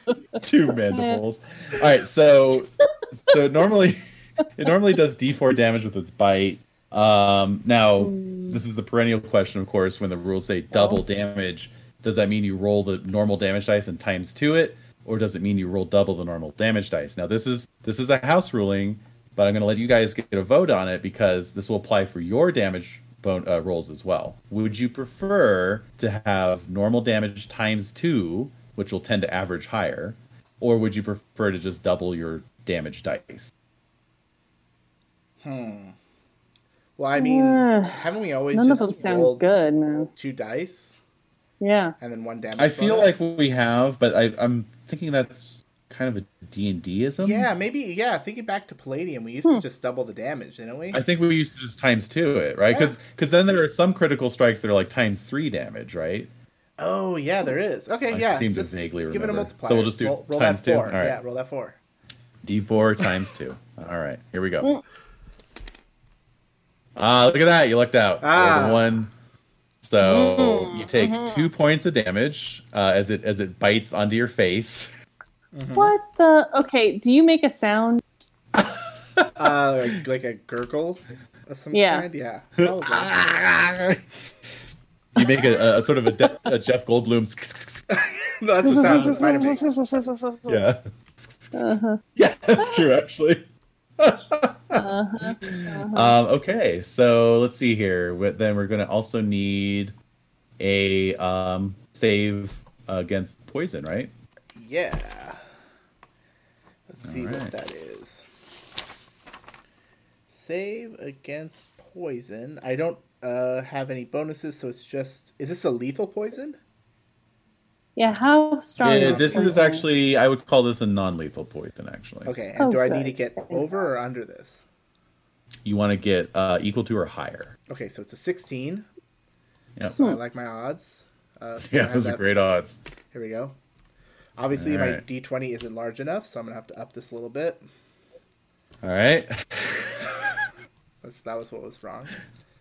Speaker 2: Two mandibles. All right, so so it normally it normally does D4 damage with its bite. Um, now this is the perennial question, of course, when the rules say double damage. Does that mean you roll the normal damage dice and times two it, or does it mean you roll double the normal damage dice? Now this is this is a house ruling, but I'm going to let you guys get a vote on it because this will apply for your damage bon- uh, rolls as well. Would you prefer to have normal damage times two, which will tend to average higher, or would you prefer to just double your damage dice?
Speaker 4: Well, I mean,
Speaker 3: Yeah.
Speaker 4: haven't we always
Speaker 3: None of
Speaker 4: just
Speaker 3: them sound
Speaker 4: rolled
Speaker 3: good, man.
Speaker 4: two dice
Speaker 3: Yeah.
Speaker 4: and then one damage?
Speaker 2: I feel
Speaker 4: bonus?
Speaker 2: like we have, but I, I'm thinking that's kind of a D and Dism.
Speaker 4: yeah, maybe yeah. Thinking back to Palladium, we used to just double the damage, didn't we?
Speaker 2: I think we used to just times two it, right? Because then there are some critical strikes that are like times three damage, right?
Speaker 4: Oh yeah, there is. Okay,
Speaker 2: I
Speaker 4: yeah.
Speaker 2: seem to
Speaker 4: just
Speaker 2: vaguely
Speaker 4: Give it
Speaker 2: remember.
Speaker 4: a
Speaker 2: So
Speaker 4: multiplier.
Speaker 2: we'll just do
Speaker 4: roll, roll
Speaker 2: times
Speaker 4: that
Speaker 2: two?
Speaker 4: Four.
Speaker 2: All right.
Speaker 4: Yeah, roll that four.
Speaker 2: D four times two. All right, here we go. Ah, look at that! You lucked out.
Speaker 4: Ah. Mm-hmm,
Speaker 2: Rolled a One. So you take two points of damage uh, as it as it bites onto your face.
Speaker 4: Mm-hmm.
Speaker 3: What the? Okay, do you make a sound?
Speaker 4: Uh, like, like a gurgle of some
Speaker 3: Yeah.
Speaker 4: kind. Yeah. Oh, God. Ah.
Speaker 2: You make a, a, a sort of a, De- a Jeff Goldblum's.
Speaker 4: no, that's the sound of the spider makes.
Speaker 2: yeah.
Speaker 3: Uh-huh.
Speaker 2: Yeah, that's true, actually. um, okay, so let's see here. We- Then we're going to also need a um, save against poison, right?
Speaker 4: Yeah. Let's see
Speaker 2: Alright.
Speaker 4: what that is. Save against poison. I don't uh, have any bonuses, so it's just. Is this a lethal poison?
Speaker 3: Yeah, how strong
Speaker 2: Yeah,
Speaker 3: is
Speaker 2: this is
Speaker 3: poison?
Speaker 2: actually, I would call this a non lethal poison, actually.
Speaker 4: Okay, and
Speaker 3: Oh,
Speaker 4: do I need to
Speaker 3: good.
Speaker 4: get over or under this?
Speaker 2: You want to get uh, equal to or higher.
Speaker 4: Okay, so it's a 16.
Speaker 2: Yeah,
Speaker 3: Hmm.
Speaker 4: So I like my odds. Uh, so I
Speaker 2: yeah
Speaker 4: have
Speaker 2: those are
Speaker 4: that-
Speaker 2: great odds.
Speaker 4: Here we go. Obviously, my
Speaker 2: Alright.
Speaker 4: d20 isn't large enough, so I'm going to have to up this a little bit.
Speaker 2: All right.
Speaker 4: That's, that was what was wrong.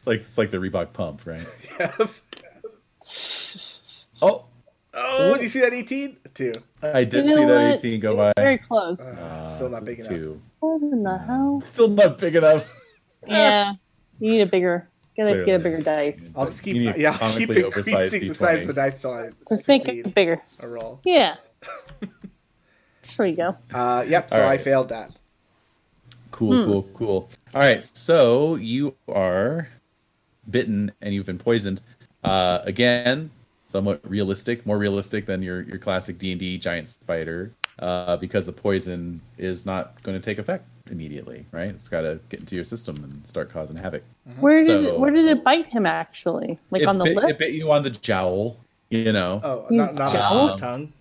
Speaker 2: It's like, it's like the Reebok pump, right?
Speaker 3: It's
Speaker 2: Oh,
Speaker 4: Oh, did you see that 18? Two.
Speaker 2: I did
Speaker 3: You know
Speaker 2: see that
Speaker 3: what?
Speaker 2: 18 go by.
Speaker 3: very close.
Speaker 4: Uh, still
Speaker 2: Uh,
Speaker 4: not big enough.
Speaker 2: two.
Speaker 3: What in the hell?
Speaker 2: Still not big enough.
Speaker 4: uh,
Speaker 3: Yeah, you need a bigger. Gotta get a
Speaker 2: Clearly.
Speaker 3: bigger dice.
Speaker 4: I'll just keep
Speaker 2: You need
Speaker 4: yeah, I'll keep
Speaker 2: comically oversized
Speaker 4: increasing the size of the
Speaker 2: D20s.
Speaker 4: dice till I
Speaker 3: Just make
Speaker 4: succeed
Speaker 3: it bigger.
Speaker 4: a roll.
Speaker 3: Yeah. There we go.
Speaker 4: Uh, yep. So
Speaker 2: All
Speaker 4: I
Speaker 2: right.
Speaker 4: failed that.
Speaker 2: Cool,
Speaker 3: Hmm.
Speaker 2: cool, cool. All right, so you are bitten and you've been poisoned. Uh, again, somewhat realistic, more realistic than your your classic D and D giant spider, uh, because the poison is not going to take effect immediately, right? It's got to get into your system and start causing havoc.
Speaker 3: Where did
Speaker 2: So-
Speaker 3: it, where did it bite him? Actually, like
Speaker 2: it
Speaker 3: on the
Speaker 2: bit,
Speaker 3: lip.
Speaker 2: it bit you on the jowl, you know.
Speaker 4: Oh,
Speaker 3: He's
Speaker 4: not, not on
Speaker 3: jealous?
Speaker 4: the tongue.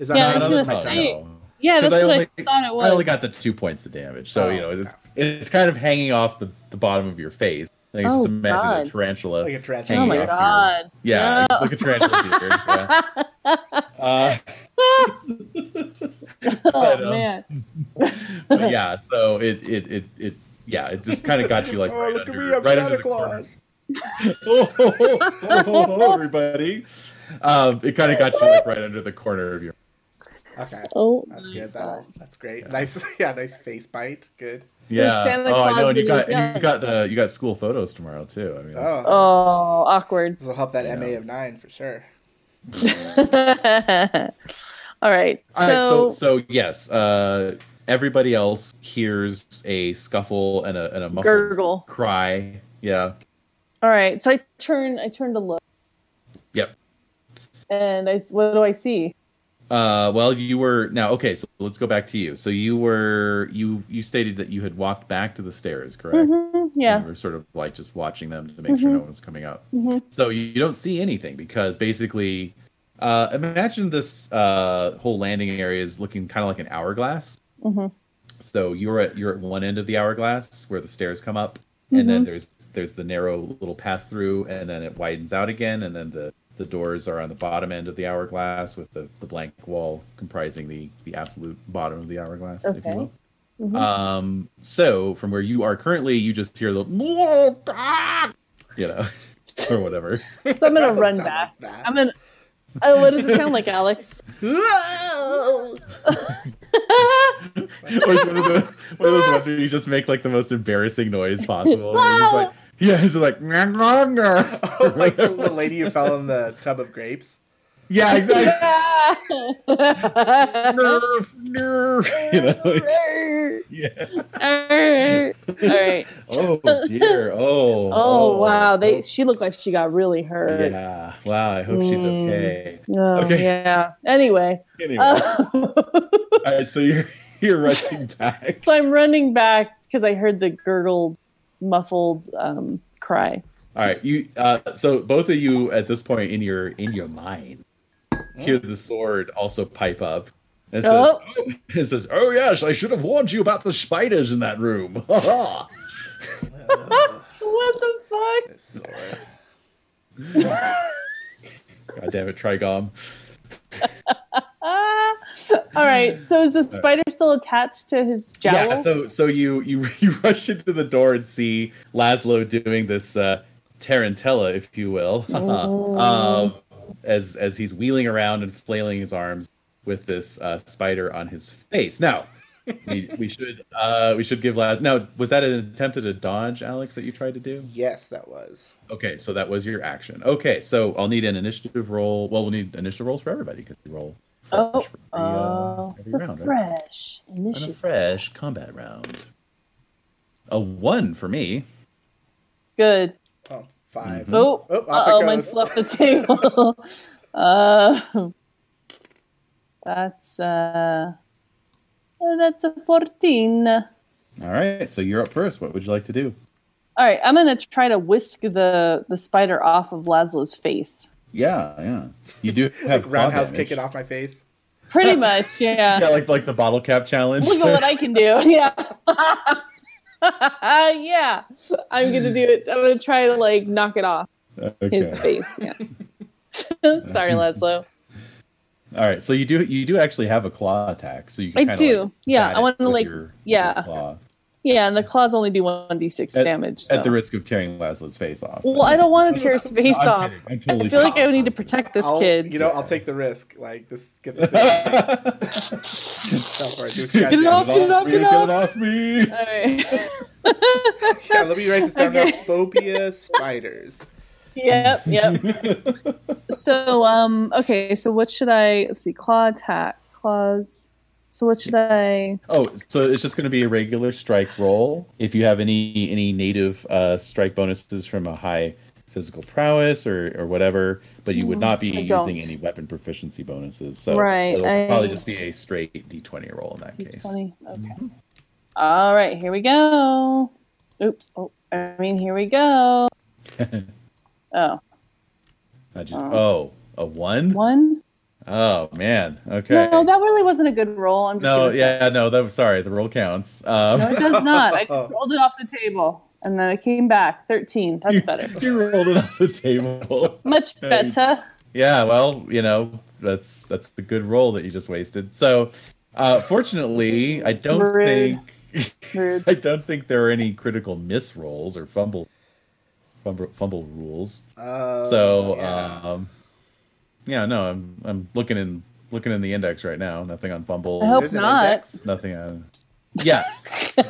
Speaker 4: Is that
Speaker 3: Yeah,
Speaker 4: not
Speaker 2: Not
Speaker 3: I
Speaker 2: on
Speaker 3: was
Speaker 2: the
Speaker 3: gonna
Speaker 2: tongue,
Speaker 3: say-
Speaker 2: no.
Speaker 3: yeah, that's
Speaker 2: Because I
Speaker 3: what
Speaker 2: only,
Speaker 3: I thought it was.
Speaker 2: I only got the two points of damage, so
Speaker 4: Oh,
Speaker 2: you know it's it's kind of hanging off the, the bottom of your face. I can
Speaker 3: Oh,
Speaker 2: just imagine
Speaker 3: God.
Speaker 2: a tarantula.
Speaker 4: Like a tarantula.
Speaker 2: hanging
Speaker 3: oh
Speaker 2: off
Speaker 3: my
Speaker 2: your-
Speaker 3: god.
Speaker 2: yeah,
Speaker 3: No.
Speaker 2: like a tarantula. to your- yeah. Uh,
Speaker 3: Oh
Speaker 2: but, um,
Speaker 3: man.
Speaker 2: but yeah, so it it it it yeah, it just kind of got you like
Speaker 4: Oh,
Speaker 2: right
Speaker 4: look at
Speaker 2: under,
Speaker 4: me! I'm
Speaker 2: right under
Speaker 4: Santa
Speaker 2: the corner.
Speaker 4: Claus.
Speaker 2: oh, oh, oh, oh, oh, everybody! Um, it kind of got you like right under the corner of your
Speaker 4: Okay,
Speaker 3: Oh.
Speaker 2: Mm.
Speaker 4: that's
Speaker 3: my
Speaker 4: good.
Speaker 3: God.
Speaker 4: That, that's great. Nice. Yeah, nice face bite. Good.
Speaker 2: yeah.
Speaker 3: Santa
Speaker 2: oh, I
Speaker 3: Claus
Speaker 2: know, and you
Speaker 3: when
Speaker 2: got
Speaker 3: he was
Speaker 2: and you got uh, you got school photos tomorrow too. I mean, that's-
Speaker 4: Oh,
Speaker 3: Oh, awkward.
Speaker 4: this will help that MA of nine for sure.
Speaker 3: All right.
Speaker 2: All right,
Speaker 3: So,
Speaker 2: so, so yes, uh, everybody else hears a scuffle and a and a muffled
Speaker 3: Gurgle.
Speaker 2: cry. Yeah.
Speaker 3: all right. So I turn I turn to look
Speaker 2: Yep.
Speaker 3: and I s- what do I see?
Speaker 2: Uh, well, you were now okay. So let's go back to you. So you were you you stated that you had walked back to the stairs, correct?
Speaker 3: Mm-hmm, Yeah. Mm-hmm.
Speaker 2: we were sort of like just watching them to make sure no one's coming up. So you, you don't see anything because basically, uh, imagine this uh, whole landing area is looking kind of like an hourglass. So you're at you're at one end of the hourglass where the stairs come up, and then there's there's the narrow little pass through, and then it widens out again, and then the the doors are on the bottom end of the hourglass with the, the blank wall comprising the the absolute bottom of the hourglass, if
Speaker 3: Okay.
Speaker 2: you will. Um, so from where you are currently, you just hear the "Whoa, ah!" you know, or whatever.
Speaker 3: So I'm gonna run
Speaker 4: Sound
Speaker 3: back.
Speaker 4: like that.
Speaker 3: I'm gonna. Oh, what does it sound like, Alex?
Speaker 2: or it's one of, the, one of those ones where you just make like the most embarrassing noise possible. And you're just like, yeah, it's just like, "Nyah, nyah, nyah," or
Speaker 4: like the,
Speaker 2: whatever.
Speaker 4: Oh the lady who fell in the tub of grapes.
Speaker 2: yeah, exactly.
Speaker 3: All
Speaker 2: Nerf, nerf. You know, yeah.
Speaker 3: right.
Speaker 2: Oh dear. Oh.
Speaker 3: Oh wow, they. She looked like she got really hurt.
Speaker 2: Yeah. Wow. I hope she's
Speaker 3: Mm.
Speaker 2: okay.
Speaker 3: Oh,
Speaker 2: Okay.
Speaker 3: Yeah. Anyway,
Speaker 2: Anyway,
Speaker 3: uh,
Speaker 2: all right. So you're you're rushing back.
Speaker 3: so I'm running back because I heard the gurgled, muffled um, cry.
Speaker 2: All right, you. Uh, so both of you at this point in your in your mind hear the sword also pipe up. And says,
Speaker 3: Oh.
Speaker 2: oh. it says, "Oh yes, I should have warned you about the spiders in that room." Ha, ha.
Speaker 3: What the fuck?
Speaker 4: Sorry.
Speaker 2: God damn it, Trigom.
Speaker 3: Ah. All right. So is the spider still attached to his jowl?
Speaker 2: Yeah. So so you you you rush into the door and see Laszlo doing this uh, tarantella, if you will, um, as as he's wheeling around and flailing his arms with this uh, spider on his face. Now. we, we should uh, we should give Laz. Now, was that an attempt at a dodge, Alex, that you tried to do?
Speaker 4: Yes, that was.
Speaker 2: Okay, so that was your action. Okay, so I'll need an initiative roll. Well, we'll need initiative rolls for everybody because we roll fresh
Speaker 3: oh,
Speaker 2: for every, uh,
Speaker 3: oh,
Speaker 2: every
Speaker 3: it's a
Speaker 2: round, right?
Speaker 3: fresh
Speaker 2: and a
Speaker 3: initiative.
Speaker 2: fresh combat round. A one for me.
Speaker 3: Good.
Speaker 4: Oh, five.
Speaker 2: Mm-hmm. Hmm?
Speaker 3: Oh,
Speaker 4: Oh, off it
Speaker 3: uh-oh, mine
Speaker 4: goes.
Speaker 3: flew off the table. uh, that's uh, uh, that's a fourteen. All
Speaker 2: All right, so you're up first. What would you like to do?
Speaker 3: right, I'm gonna try to whisk the the spider off of Laszlo's face.
Speaker 2: Yeah, yeah. You do have claw
Speaker 4: Roundhouse
Speaker 2: damage.
Speaker 4: kick it off my face.
Speaker 3: Pretty much, yeah.
Speaker 2: Yeah, like like the bottle cap challenge.
Speaker 3: Look at what I can do. Yeah. yeah, I'm gonna do it. I'm gonna try to like knock it off
Speaker 2: okay.
Speaker 3: his face. Yeah. Sorry, Laszlo.
Speaker 2: All right, so you do you do actually have a claw attack, so you can
Speaker 3: I
Speaker 2: kinda,
Speaker 3: do.
Speaker 2: like,
Speaker 3: Yeah,
Speaker 2: bat
Speaker 3: I
Speaker 2: it
Speaker 3: wanna,
Speaker 2: with
Speaker 3: like-
Speaker 2: your- with
Speaker 3: yeah.
Speaker 2: your claw,
Speaker 3: Yeah, and the claws only do one d6 damage.
Speaker 2: at
Speaker 3: so.
Speaker 2: the risk of tearing Laszlo's face off.
Speaker 3: Well, I don't want to tear his face
Speaker 2: I'm
Speaker 3: off.
Speaker 2: kidding. I'm
Speaker 3: I
Speaker 2: totally
Speaker 3: feel like I
Speaker 2: kidding.
Speaker 3: need to protect this
Speaker 4: I'll,
Speaker 3: kid.
Speaker 4: You know, I'll take the risk. Like this, get this thing out for it. Do what you gotta
Speaker 3: Get it
Speaker 4: do.
Speaker 3: off, get it off,
Speaker 2: me,
Speaker 3: get it off.
Speaker 2: me.
Speaker 3: All right.
Speaker 4: Yeah, let me write this down.
Speaker 3: Okay.
Speaker 4: Now. Phobia spiders.
Speaker 3: yep, yep. so, um, okay. So, what should I? Let's see. Claw attack. Claws. So, what should I?
Speaker 2: Oh, so it's just going to be a regular strike roll. If you have any any native uh, strike bonuses from a high physical prowess or or whatever, but you would not be
Speaker 3: Mm, I
Speaker 2: using
Speaker 3: don't.
Speaker 2: any weapon proficiency bonuses. So
Speaker 3: Right,
Speaker 2: it'll
Speaker 3: I-
Speaker 2: probably just be a straight d20 roll in that case.
Speaker 3: Twenty. Okay. All right. Here we go. Oop. Oh, I mean, here we go. oh,
Speaker 2: Not just- oh, a one?
Speaker 3: one.
Speaker 2: Oh man. Okay.
Speaker 3: No, that really wasn't a good roll. I'm just
Speaker 2: No,
Speaker 3: gonna say.
Speaker 2: yeah, no. That was sorry. The roll counts.
Speaker 3: No,
Speaker 2: Um,
Speaker 3: it does not. I just rolled it off the table and then I came back. 13. That's better.
Speaker 2: you rolled it off the table.
Speaker 3: Much better.
Speaker 2: Yeah, well, you know, that's that's the good roll that you just wasted. So, uh, fortunately, I don't
Speaker 3: Rude.
Speaker 2: think
Speaker 3: Rude.
Speaker 2: I don't think there are any critical miss rolls or fumble fumble, fumble rules.
Speaker 4: Uh,
Speaker 3: Oh,
Speaker 2: so,
Speaker 4: yeah.
Speaker 2: um, yeah, no, I'm I'm looking in looking in the index right now. Nothing on fumble.
Speaker 3: I hope
Speaker 4: There's an
Speaker 3: not.
Speaker 4: index.
Speaker 2: Nothing on. Yeah,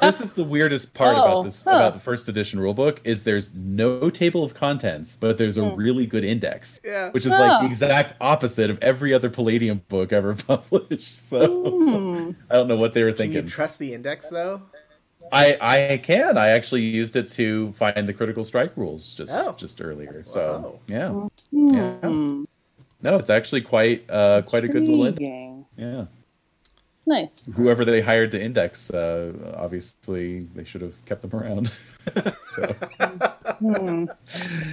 Speaker 2: this is the weirdest part about
Speaker 3: Oh,
Speaker 2: this
Speaker 3: huh.
Speaker 2: about the first edition rulebook is there's no table of contents, but there's a
Speaker 3: Hmm.
Speaker 2: really good index,
Speaker 4: Yeah.
Speaker 2: which is like
Speaker 3: Huh.
Speaker 2: the exact opposite of every other Palladium book ever published. So
Speaker 3: Hmm.
Speaker 2: I don't know what they were
Speaker 4: Can you
Speaker 2: thinking.
Speaker 4: trust the index though?
Speaker 2: I I can I actually used it to find the critical strike rules just
Speaker 4: Oh.
Speaker 2: just earlier. So
Speaker 4: Wow.
Speaker 2: yeah,
Speaker 3: Hmm.
Speaker 2: yeah. No, it's actually quite uh, quite a good little index.
Speaker 3: Intriguing.
Speaker 2: Yeah.
Speaker 3: Nice.
Speaker 2: Whoever they hired to index, uh, obviously they should have kept them around. so,
Speaker 3: Hmm.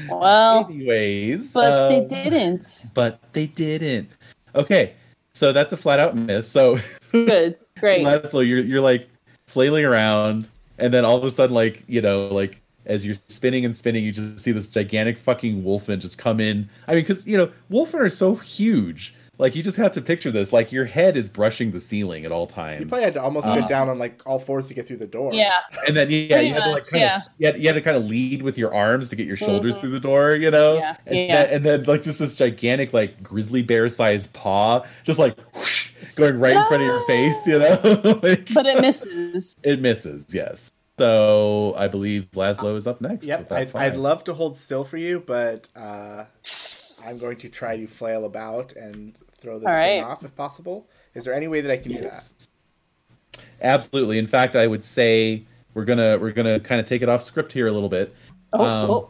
Speaker 3: Well,
Speaker 2: anyways,
Speaker 3: but
Speaker 2: um,
Speaker 3: they didn't.
Speaker 2: But they didn't. Okay, so that's a flat out miss. So
Speaker 3: Good. Great.
Speaker 2: Laszlo, you're you're like flailing around, and then all of a sudden, like you know, like as you're spinning and spinning, you just see this gigantic fucking wolfen just come in. I mean, because you know, wolfen are so huge. Like you just have to picture this. Like your head is brushing the ceiling at all
Speaker 4: You
Speaker 2: times,
Speaker 4: probably had to almost get
Speaker 2: Uh,
Speaker 4: down on like all fours to get through the door.
Speaker 3: Yeah.
Speaker 2: and then yeah,
Speaker 3: Pretty
Speaker 2: you had to like
Speaker 3: much,
Speaker 2: kind
Speaker 3: yeah.
Speaker 2: of you had, you had to kind of lead with your arms to get your shoulders
Speaker 3: Mhm.
Speaker 2: through the door, you know.
Speaker 3: Yeah,
Speaker 2: And,
Speaker 3: yeah.
Speaker 2: Then, and then like just this gigantic like grizzly bear sized paw, just like whoosh, going right in front of your face, you know. Like-
Speaker 3: But it misses.
Speaker 2: It misses, yes. So I believe Laszlo is up next. with
Speaker 4: Yep.
Speaker 2: that
Speaker 4: I'd,
Speaker 2: five.
Speaker 4: I'd love to hold still for you, but uh, I'm going to try to flail about and throw this
Speaker 3: All
Speaker 4: thing
Speaker 3: right.
Speaker 4: off if possible. Is there any way that I can do that?
Speaker 2: Yes. Absolutely. In fact, I would say we're gonna we're gonna kind of take it off script here a little bit.
Speaker 3: Oh,
Speaker 2: Um,
Speaker 3: oh.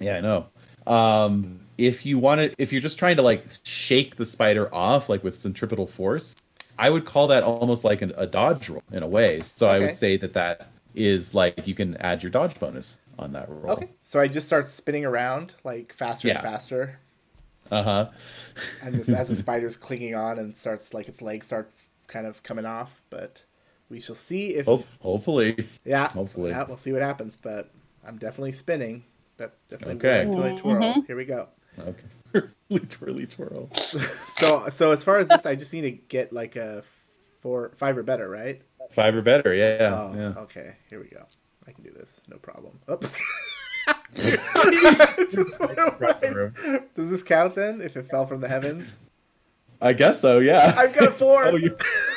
Speaker 2: Yeah, I know. Um, if you want to, if you're just trying to like shake the spider off, like with centripetal force, I would call that almost like an, a dodge roll in a way. So I
Speaker 4: Okay.
Speaker 2: would say that that is like you can add your dodge bonus on that roll.
Speaker 4: Okay. So I just start spinning around like faster
Speaker 2: Yeah.
Speaker 4: and faster,
Speaker 2: Uh huh.
Speaker 4: and this, as the spider's clinging on and starts like its legs start kind of coming off. But we shall see if
Speaker 2: Hope, hopefully.
Speaker 4: yeah,
Speaker 2: hopefully.
Speaker 4: yeah, we'll see what happens. But I'm definitely spinning. That definitely
Speaker 2: Okay.
Speaker 4: okay. Until I twirl. Here we go.
Speaker 2: Okay. Twirly, twirly, twirl.
Speaker 4: So so as far as this, I just need to get like a four, five or better, right?
Speaker 2: Five or better, yeah.
Speaker 4: Oh,
Speaker 2: yeah.
Speaker 4: okay. Here we go. I can do this. No problem. Oh. Just went
Speaker 2: Across the
Speaker 4: away.
Speaker 2: room.
Speaker 4: Does this count then? If it fell from the heavens,
Speaker 2: I guess so, yeah.
Speaker 4: I've got a four.
Speaker 2: So
Speaker 4: you...
Speaker 2: you-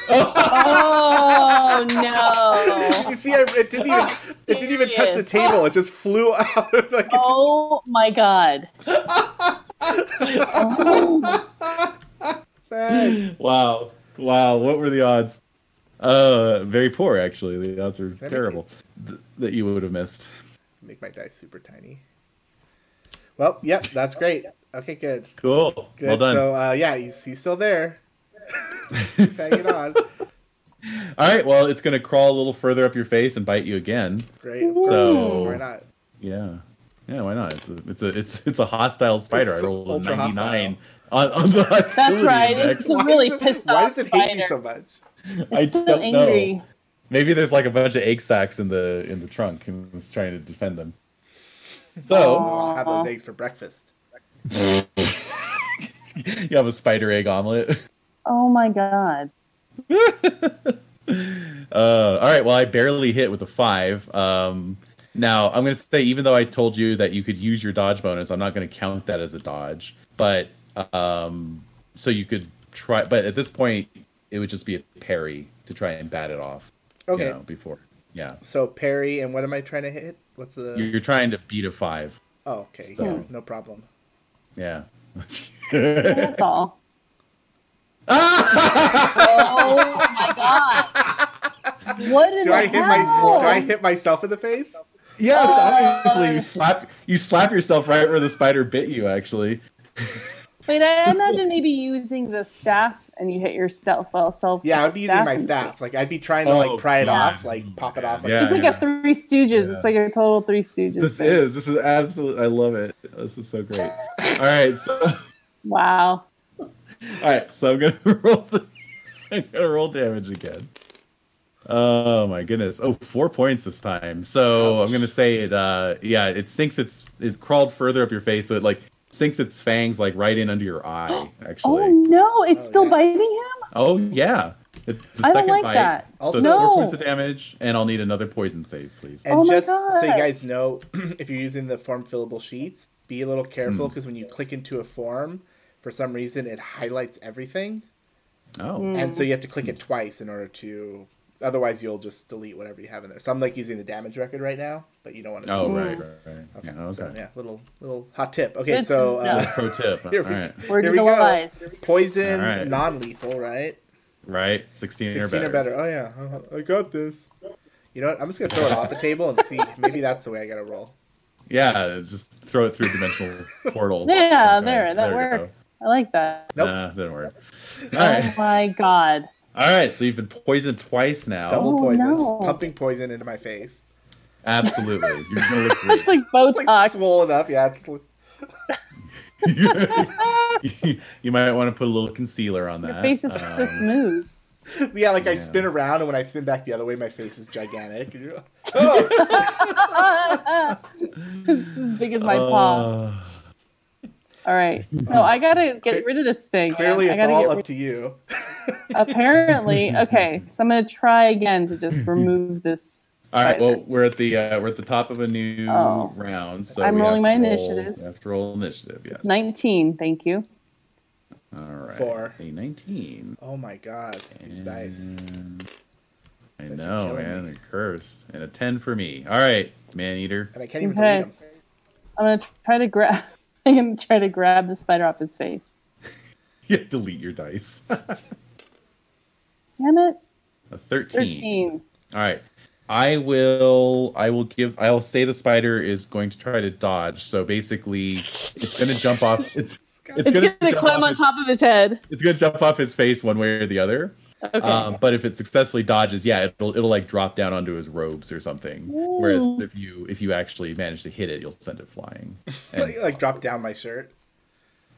Speaker 3: oh no.
Speaker 4: see, I, it didn't even it didn't even touch the
Speaker 3: Serious.
Speaker 4: table. It just flew out. like it-
Speaker 3: Oh my god.
Speaker 2: wow. Wow. What were the odds? Uh, very poor, actually. The odds are terrible th- that you would have missed.
Speaker 4: Make my dice super tiny. Well, yep, that's great. Okay, good.
Speaker 2: Cool.
Speaker 4: Good.
Speaker 2: Well done.
Speaker 4: So uh, yeah, he's, he's still there. he's hanging on.
Speaker 2: All right. Well, it's going to crawl a little further up your face and bite you again.
Speaker 4: Great. of course
Speaker 2: So-
Speaker 4: it is. why not?
Speaker 2: Yeah. Yeah, why not? It's a, it's a, it's, it's a hostile spider. I
Speaker 4: It's
Speaker 2: rolled a
Speaker 4: ultra
Speaker 2: 99 on, on the hostility
Speaker 3: That's right.
Speaker 2: index.
Speaker 3: It's a
Speaker 4: Why
Speaker 3: really
Speaker 4: does it-
Speaker 3: pissed
Speaker 4: Why
Speaker 3: off
Speaker 4: does it hate me
Speaker 3: spider.
Speaker 4: so much?
Speaker 2: I
Speaker 3: It's so
Speaker 2: don't
Speaker 3: angry.
Speaker 2: know. Maybe there's like a bunch of egg sacks in the in the trunk and was trying to defend them. So
Speaker 4: I'll have those
Speaker 3: Aw.
Speaker 4: eggs for breakfast.
Speaker 2: you have a spider egg omelet.
Speaker 3: Oh my god.
Speaker 2: Uh, all right. Well, I barely hit with a five. Um, now I'm going to say, even though I told you that you could use your dodge bonus, I'm not going to count that as a dodge. But um, so you could try. But at this point, it would just be a parry to try and bat it off. you
Speaker 4: Okay.
Speaker 2: know, before, yeah,
Speaker 4: So Perry, and what am I trying to hit? What's the?
Speaker 2: you're, you're trying to beat a five.
Speaker 4: Oh, okay,
Speaker 2: So-
Speaker 4: yeah, no problem.
Speaker 2: Yeah.
Speaker 3: That's all. oh my god. What in
Speaker 4: Do
Speaker 3: the
Speaker 4: I hit my?
Speaker 3: hell?
Speaker 4: Do I hit myself in the face?
Speaker 2: Yes, obviously you slap you slap yourself right where the spider bit you. Actually,
Speaker 3: Wait, I imagine maybe using the staff and you hit your stealth well self.
Speaker 4: Yeah, I'd
Speaker 3: with
Speaker 4: be
Speaker 3: the
Speaker 4: using my
Speaker 3: and-
Speaker 4: staff. Like I'd be trying to
Speaker 2: Oh,
Speaker 4: like pry it
Speaker 2: yeah.
Speaker 4: off, like pop it off. Like,
Speaker 2: Yeah.
Speaker 3: It's like a Three Stooges. It's like a total Three Stooges.
Speaker 2: this
Speaker 3: thing.
Speaker 2: is this is absolute. I love it. Oh, This is so great. All right, so all
Speaker 3: Wow.
Speaker 2: right, so I'm gonna roll the I'm gonna roll damage again. Oh my goodness! Oh, four points this time. So I'm gonna say it. uh Yeah, it sinks. It's it crawled further up your face, so it like sinks its fangs like right in under your eye. Actually,
Speaker 3: Oh no, it's
Speaker 4: Oh,
Speaker 3: still
Speaker 4: yeah.
Speaker 3: biting him?
Speaker 2: Oh yeah, it's the
Speaker 3: I don't
Speaker 2: second
Speaker 3: like
Speaker 2: bite.
Speaker 3: that.
Speaker 2: so
Speaker 4: Also-
Speaker 2: it's four
Speaker 3: No.
Speaker 2: points of damage, and I'll need another poison save, please.
Speaker 4: And
Speaker 3: Oh my
Speaker 4: just so you
Speaker 3: God.
Speaker 4: guys know, if you're using the form fillable sheets, be a little
Speaker 2: Hmm.
Speaker 4: careful because when you click into a form, for some reason it highlights everything,
Speaker 2: Oh,
Speaker 4: and
Speaker 3: Mm-hmm.
Speaker 4: so you have to click it twice in order to. Otherwise, you'll just delete whatever you have in there. So I'm like using the damage record right now, but you don't want to.
Speaker 2: oh right, right, right.
Speaker 4: Mm-hmm. Okay.
Speaker 2: Yeah, okay.
Speaker 4: So, yeah, little little hot tip. Okay,
Speaker 3: Good
Speaker 4: so
Speaker 3: to
Speaker 4: uh,
Speaker 3: know.
Speaker 2: Pro tip. All
Speaker 4: Here we-
Speaker 2: right,
Speaker 3: Where
Speaker 4: Here
Speaker 3: do
Speaker 4: we
Speaker 3: the
Speaker 4: go.
Speaker 3: lies?
Speaker 4: poison,
Speaker 2: All right.
Speaker 4: non-lethal, right?
Speaker 2: right. Sixteen,
Speaker 4: Sixteen
Speaker 2: or better.
Speaker 4: or better. Oh yeah, Uh, I got this. You know what? I'm just gonna throw it off the table and see. Maybe that's the way I gotta roll.
Speaker 2: Yeah, just throw it through a dimensional portal.
Speaker 3: Yeah,
Speaker 2: Okay,
Speaker 3: there, that
Speaker 2: we go.
Speaker 3: works. I like that.
Speaker 4: Nope.
Speaker 2: Nah, didn't work. All right,
Speaker 3: Oh my god.
Speaker 2: all right. So you've been poisoned twice now.
Speaker 4: Double
Speaker 3: Oh,
Speaker 4: poison,
Speaker 3: no.
Speaker 4: just pumping poison into my face.
Speaker 2: Absolutely, you're gonna look great.
Speaker 3: It's like
Speaker 4: It's
Speaker 3: Botox.
Speaker 4: like swollen up. Yeah, it's,
Speaker 2: you, might want to put a little concealer on that.
Speaker 3: Your face is so
Speaker 2: Um,
Speaker 3: smooth.
Speaker 4: yeah. Like I
Speaker 2: Yeah.
Speaker 4: spin around, and when I spin back the other way, my face is gigantic.
Speaker 3: as big as my paw.
Speaker 2: uh,
Speaker 3: All right. So I gotta get rid of this thing.
Speaker 4: Clearly,
Speaker 3: man.
Speaker 4: it's
Speaker 3: I gotta
Speaker 4: all
Speaker 3: get
Speaker 4: up
Speaker 3: rid-
Speaker 4: to you.
Speaker 3: Apparently, okay. So I'm gonna try again to just remove this.
Speaker 2: All right.
Speaker 3: spider.
Speaker 2: Well, we're at the uh, we're at the top of a new
Speaker 3: Oh.
Speaker 2: round, so
Speaker 3: I'm
Speaker 2: we have
Speaker 3: rolling
Speaker 2: to
Speaker 3: my
Speaker 2: roll-
Speaker 3: initiative.
Speaker 2: We have to roll initiative. Yes.
Speaker 3: it's 19. Thank you.
Speaker 2: All right.
Speaker 4: Four.
Speaker 2: A nineteen.
Speaker 4: Oh my god,
Speaker 2: Mm.
Speaker 4: these dice.
Speaker 2: And- I
Speaker 4: These dice are
Speaker 2: know,
Speaker 4: killing
Speaker 2: man.
Speaker 4: me.
Speaker 2: They're cursed. And a ten for me. All right, man eater.
Speaker 4: And I can't even
Speaker 3: Okay.
Speaker 4: delete them.
Speaker 3: I'm gonna try to grab. I'm gonna try to grab the spider off his face.
Speaker 2: Yeah, delete your dice.
Speaker 3: Damn it.
Speaker 2: a thirteen.
Speaker 3: 13.
Speaker 2: All right. I will I will give I'll say the spider is going to try to dodge. So basically it's gonna jump off it's
Speaker 4: It's
Speaker 3: It's gonna,
Speaker 2: jump
Speaker 3: climb
Speaker 2: off
Speaker 3: on
Speaker 2: his-
Speaker 3: top of his head.
Speaker 2: It's gonna jump off his face one way or the other.
Speaker 3: Okay.
Speaker 2: Um, but if it successfully dodges, yeah, it'll it'll like drop down onto his robes or something. Whereas
Speaker 3: Ooh.
Speaker 2: if you if you actually manage to hit it, you'll send it flying. And-
Speaker 4: Like, like drop down my shirt.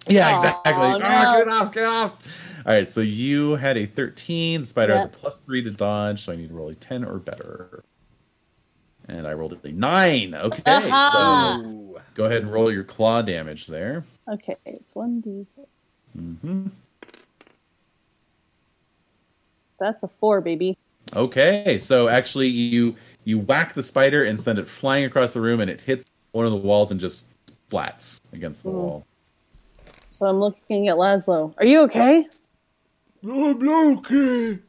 Speaker 2: yeah,
Speaker 3: Aw,
Speaker 2: exactly.
Speaker 3: no.
Speaker 2: Ah, get it off, get it off. All right, so you had a thirteen. The spider has a
Speaker 3: Yep.
Speaker 2: plus three to dodge, so I need to roll a ten or better. And I rolled a nine. Okay, so
Speaker 3: Aha. Ah.
Speaker 4: Ooh.
Speaker 2: Go ahead and roll your claw damage there.
Speaker 3: okay. It's 1d6.
Speaker 2: Mhm.
Speaker 3: That's a 4, baby.
Speaker 2: Okay, so actually you you whack the spider and send it flying across the room, and it hits one of the walls and just splats against
Speaker 3: Hmm.
Speaker 2: the wall.
Speaker 3: So I'm looking at Laszlo. Are you okay? Oh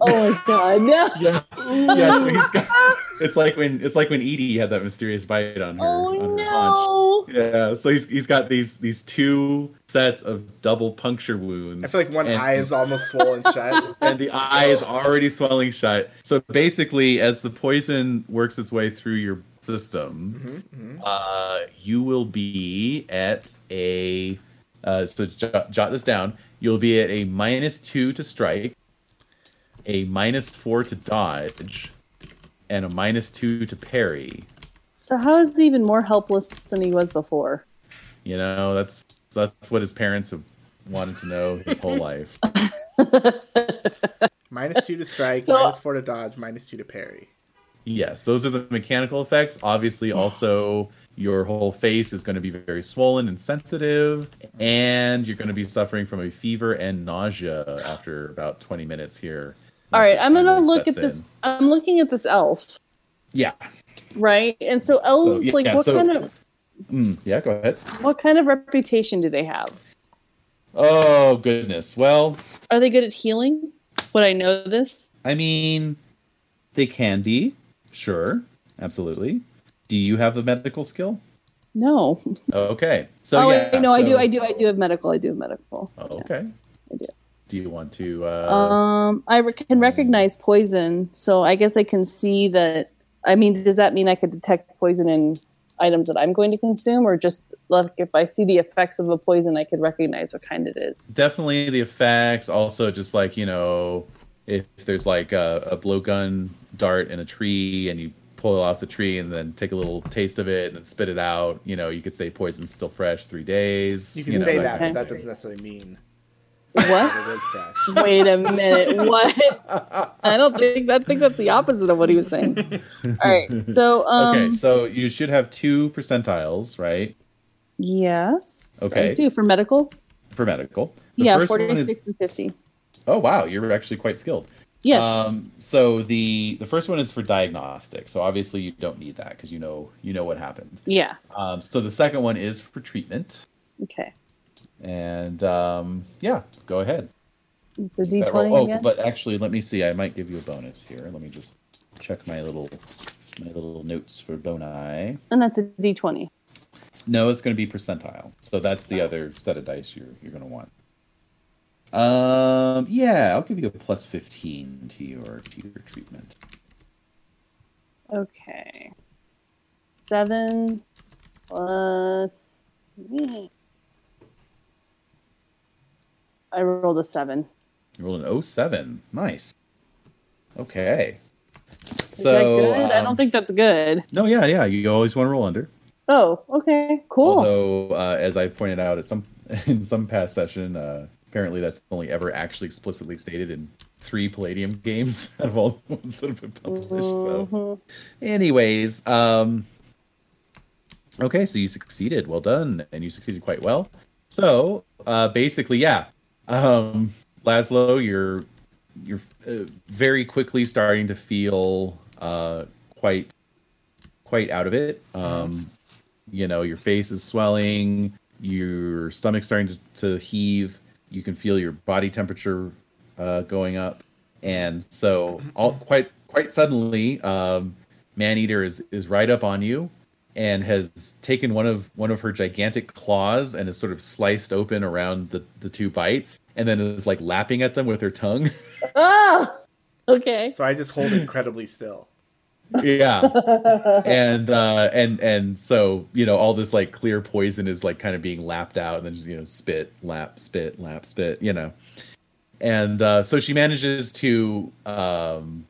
Speaker 3: my god. No.
Speaker 2: Yeah, yeah. So he's got, it's like when it's like when Edie had that mysterious bite on her.
Speaker 3: Oh
Speaker 2: on her haunch.
Speaker 3: no.
Speaker 2: Yeah, so he's he's got these these two sets of double puncture wounds.
Speaker 4: I feel like one
Speaker 2: and-
Speaker 4: eye is almost swollen shut.
Speaker 2: and the eye is already swelling shut. So basically, as the poison works its way through your system,
Speaker 4: Mm-hmm,
Speaker 2: uh, you will be at a. Uh, so jot, jot this down. You'll be at a minus two to strike, a minus four to dodge, and a minus two to parry.
Speaker 3: So how is he even more helpless than he was before?
Speaker 2: You know that's that's what his parents have wanted to know his whole life.
Speaker 4: Minus two to strike,
Speaker 3: So-
Speaker 4: minus four to dodge, minus two to parry.
Speaker 2: Yes, those are the mechanical effects. Obviously, also your whole face is going to be very swollen and sensitive, and you're going to be suffering from a fever and nausea after about 20 minutes here.
Speaker 3: All right, I'm gonna
Speaker 2: Really
Speaker 3: look at
Speaker 2: sets
Speaker 3: this.
Speaker 2: in.
Speaker 3: I'm looking at this elf,
Speaker 2: Yeah.
Speaker 3: right? And so elves,
Speaker 2: yeah,
Speaker 3: like, what
Speaker 2: so-
Speaker 3: kind of
Speaker 2: Mm, yeah, go ahead.
Speaker 3: what kind of reputation do they have?
Speaker 2: Oh, goodness. Well,
Speaker 3: Are they good at healing? Would I know this?
Speaker 2: I mean, they can be. Sure. Absolutely. Do you have the medical skill?
Speaker 3: No.
Speaker 2: Okay. So
Speaker 3: oh,
Speaker 2: yeah,
Speaker 3: wait, no, I do.
Speaker 2: so-
Speaker 3: I do. I do have medical. I do have medical.
Speaker 2: Oh, Okay.
Speaker 3: I do.
Speaker 2: Do you want to? Uh,
Speaker 3: Um, I re- can recognize poison, so I guess I can see that. I mean, does that mean I could detect poison in items that I'm going to consume, or just like if I see the effects of a poison, I could recognize what kind it is?
Speaker 2: definitely the effects also just like you know if there's like a, a blowgun dart in a tree and you pull it off the tree and then take a little taste of it and then spit it out you know you could say poison's still fresh three days
Speaker 4: You can
Speaker 2: know,
Speaker 4: say
Speaker 2: like-
Speaker 4: that, but
Speaker 3: kind
Speaker 4: that doesn't necessarily mean
Speaker 3: What?
Speaker 4: that it is fresh.
Speaker 3: Wait a minute. What? I don't think I think that's the opposite of what he was saying. All right. So um
Speaker 2: okay so you should have two percentiles right
Speaker 3: yes.
Speaker 2: Okay.
Speaker 3: I do for medical.
Speaker 2: for medical the
Speaker 3: yeah,
Speaker 2: first one
Speaker 3: forty
Speaker 2: is-
Speaker 3: six and fifty.
Speaker 2: oh wow you're actually quite skilled
Speaker 3: Yes.
Speaker 2: Um, so the the first one is for diagnostic. So obviously you don't need that because you know you know what happened.
Speaker 3: yeah.
Speaker 2: Um, so the second one is for treatment.
Speaker 3: Okay.
Speaker 2: And um, yeah, go ahead.
Speaker 3: It's a D
Speaker 2: Make that
Speaker 3: twenty.
Speaker 2: roll. Oh,
Speaker 3: yeah.
Speaker 2: but actually, let me see. I might give you a bonus here. Let me just check my little my little notes for boni.
Speaker 3: and that's a D twenty.
Speaker 2: No, it's going to be percentile. So that's the other set of dice you're you're going to want. Um, yeah, I'll give you a plus fifteen to your to your treatment.
Speaker 3: Okay. Seven plus. I rolled a seven.
Speaker 2: You rolled an 07. Nice. Okay.
Speaker 3: Is
Speaker 2: so
Speaker 3: that good? I
Speaker 2: um,
Speaker 3: don't think that's good.
Speaker 2: No, yeah, yeah. You always want to roll under.
Speaker 3: Oh, okay, cool.
Speaker 2: Although, uh, as I pointed out at some in some past session, uh, apparently that's only ever actually explicitly stated in three Palladium games out of all the ones that have been published. So,
Speaker 3: Mhm.
Speaker 2: anyways, um, okay, so you succeeded. Well done, and you succeeded quite well. So, uh, basically, yeah, um, Laszlo, you're you're uh, very quickly starting to feel uh, quite quite out of it. Um, you know, your face is swelling, your stomach's starting to, to heave. You can feel your body temperature uh, going up, and so all quite quite suddenly, um, man eater is is right up on you and has taken one of one of her gigantic claws and is sort of sliced open around the, the two bites and then is like lapping at them with her tongue
Speaker 3: Oh, okay.
Speaker 4: So I just hold incredibly still.
Speaker 2: yeah and uh and and so you know all this like clear poison is like kind of being lapped out and then just you know spit lap spit lap spit you know and uh so she manages to um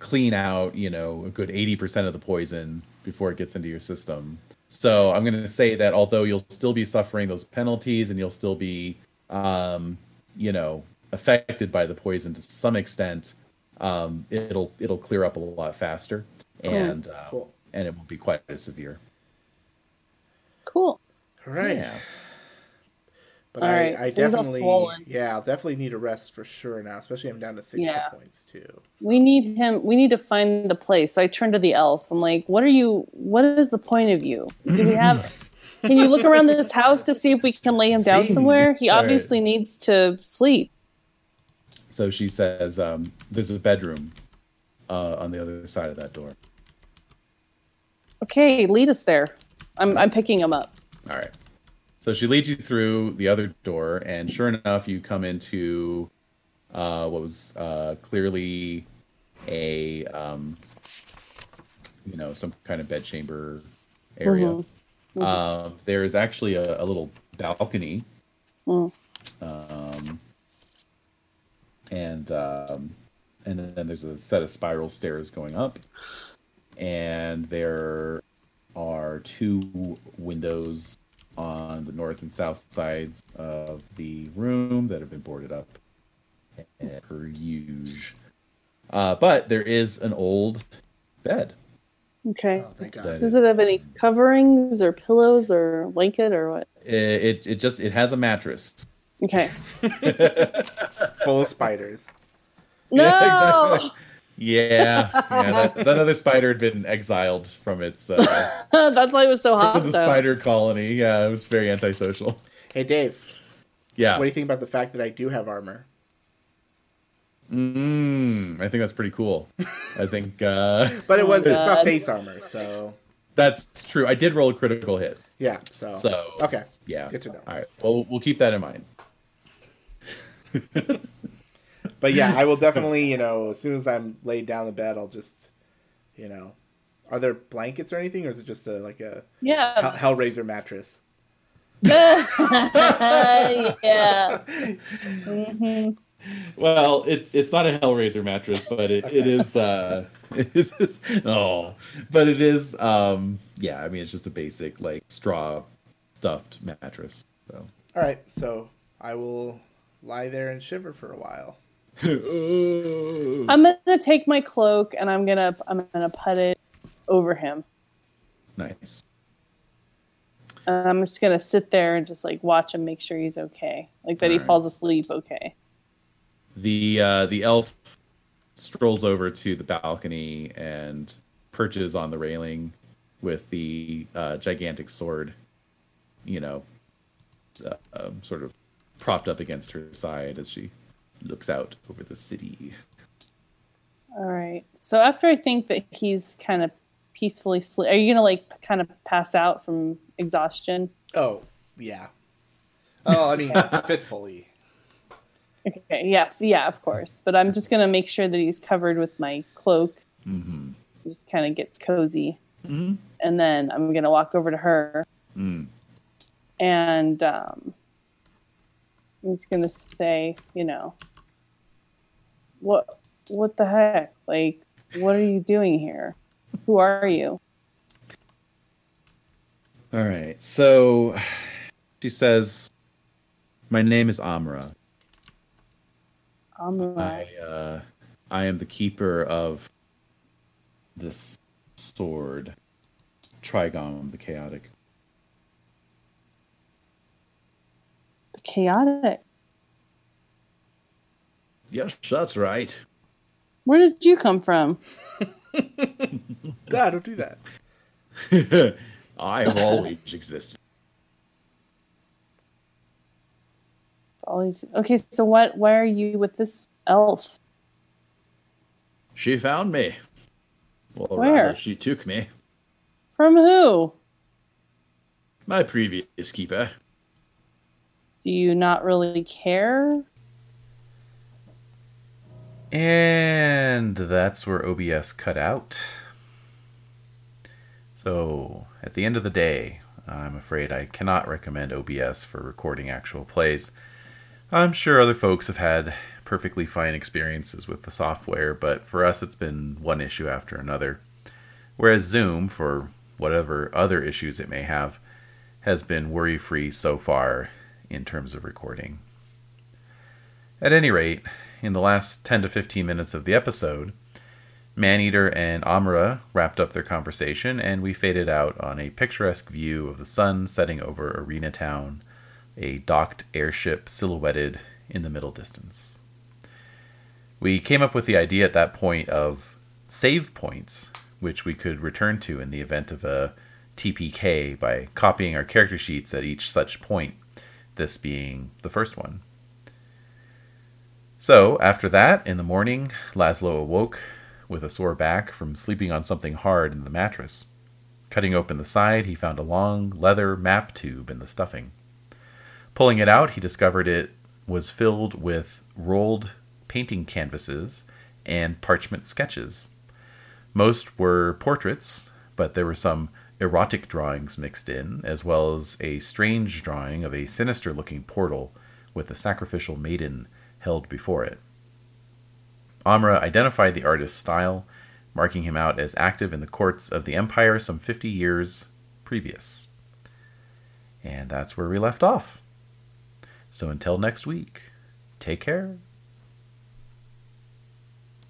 Speaker 2: clean out you know a good 80% of the poison before it gets into your system so i'm going to say that although you'll still be suffering those penalties and you'll still be um you know affected by the poison to some extent um, it'll it'll clear up a lot faster, and uh,
Speaker 4: Cool.
Speaker 2: and it won't be quite as severe.
Speaker 3: Cool.
Speaker 4: All right.
Speaker 2: Yeah.
Speaker 4: But
Speaker 3: All
Speaker 4: I,
Speaker 3: right,
Speaker 4: I
Speaker 3: so he's all
Speaker 4: definitely,
Speaker 3: swollen.
Speaker 4: yeah, I'll definitely need a rest for sure now, especially I'm down to 60
Speaker 3: Yeah.
Speaker 4: points too.
Speaker 3: We need him. We need to find the place. So I turned to the elf. I'm like, "What are you? What is the point of you? Do we have? can you look around this house to see if we can lay him down
Speaker 2: See?
Speaker 3: somewhere? He
Speaker 2: All right.
Speaker 3: obviously needs to sleep.
Speaker 2: So she says, um, "There's a bedroom uh, on the other side of that door."
Speaker 3: Okay, lead us there. I'm I'm picking him up.
Speaker 2: All right. So she leads you through the other door, and sure enough, you come into uh, what was uh, clearly a um, you know some kind of bedchamber area.
Speaker 3: Mhm.
Speaker 2: Um, there is actually a, a little balcony,
Speaker 3: Mm.
Speaker 2: um, and um, and then there's a set of spiral stairs going up, and there are two windows on the north and south sides of the room that have been boarded up eh, per usual. Uh, but there is an old bed.
Speaker 3: Okay.
Speaker 4: Oh, thank
Speaker 2: That
Speaker 4: God.
Speaker 3: Does it have any coverings or pillows or blanket or what?
Speaker 2: It, it, it just it has a mattress.
Speaker 3: Okay.
Speaker 4: Full of spiders.
Speaker 3: No,
Speaker 2: Yeah, yeah that, that other spider had been exiled from its uh,
Speaker 3: that's why it was so
Speaker 2: from
Speaker 3: hostile.
Speaker 2: the spider colony. Yeah, it was very antisocial.
Speaker 4: Hey, Dave,
Speaker 2: Yeah,
Speaker 4: what do you think about the fact that I do have armor?
Speaker 2: mm, I think that's pretty cool. I think uh,
Speaker 4: But it was, it's
Speaker 3: God.
Speaker 4: not face armor, so
Speaker 2: that's true. I did roll a critical hit.
Speaker 4: yeah, so.
Speaker 2: So-
Speaker 4: Okay.
Speaker 2: Yeah,
Speaker 4: Good to know.
Speaker 2: All right, well we'll keep that in mind.
Speaker 4: But yeah, I will definitely, you know, as soon as I'm laid down in bed, I'll just, you know, are there blankets or anything, or is it just a like a
Speaker 3: yeah.
Speaker 4: Hell- Hellraiser mattress?
Speaker 3: yeah.
Speaker 5: Well, it's it's not a Hellraiser mattress, but it, it is. Uh,
Speaker 2: it is oh, but it is um yeah. I mean, it's just a basic like straw stuffed mattress. So
Speaker 4: All right, so I will lie there and shiver for a while.
Speaker 3: I'm gonna take my cloak and I'm gonna I'm gonna put it over him.
Speaker 2: nice.
Speaker 3: And I'm just gonna sit there and just like watch him, make sure he's okay, like that he
Speaker 2: Alright.
Speaker 3: falls asleep okay.
Speaker 2: the uh, the elf strolls over to the balcony and perches on the railing with the uh, gigantic sword, you know, uh, um, sort of propped up against her side as she looks out over the city.
Speaker 3: All right. So after I think that he's kind of peacefully sleep, are you gonna like kind of pass out from exhaustion?
Speaker 4: Oh yeah. Oh, I mean fitfully.
Speaker 3: Okay. Yeah. Yeah. Of course. But I'm just gonna make sure that he's covered with my cloak.
Speaker 2: Mm-hmm.
Speaker 3: Just kind of gets cozy. and then I'm gonna walk over to her,
Speaker 6: Mm.
Speaker 3: and um, I'm just gonna say, you know, what what the heck? Like, what are you doing here? Who are you?
Speaker 6: All right. So she says, "My name is Amra.
Speaker 3: I'm
Speaker 6: I
Speaker 3: like,
Speaker 6: uh, I am the keeper of this sword, Trigon the Chaotic.
Speaker 3: chaotic.
Speaker 6: Yes, that's right.
Speaker 3: Where did you come from?
Speaker 4: Ah, don't do that.
Speaker 6: I have always existed.
Speaker 3: Always okay. So what? Why are you with this elf?
Speaker 6: She found me. Well,
Speaker 3: Where?
Speaker 6: rather, she took me.
Speaker 3: From who?
Speaker 6: My previous keeper.
Speaker 3: Do you not really care?
Speaker 2: And that's where OBS cut out. So, at the end of the day, I'm afraid I cannot recommend OBS for recording actual plays. I'm sure other folks have had perfectly fine experiences with the software, but for us it's been one issue after another. Whereas Zoom, for whatever other issues it may have, has been worry free so far in terms of recording. At any rate, in the last 10 to 15 minutes of the episode, Maneater and Amra wrapped up their conversation, and we faded out on a picturesque view of the sun setting over Arena Town, a docked airship silhouetted in the middle distance. We came up with the idea at that point of save points, which we could return to in the event of a TPK by copying our character sheets at each such point, this being the first one. So, after that, in the morning, Laszlo awoke with a sore back from sleeping on something hard in the mattress. Cutting open the side, he found a long leather map tube in the stuffing. Pulling it out, he discovered it was filled with rolled painting canvases and parchment sketches. Most were portraits, but there were some erotic drawings mixed in, as well as a strange drawing of a sinister looking portal with a sacrificial maiden held before it. Amra identified the artist's style, marking him out as active in the courts of the Empire some 50 years previous. And that's where we left off. So until next week, take care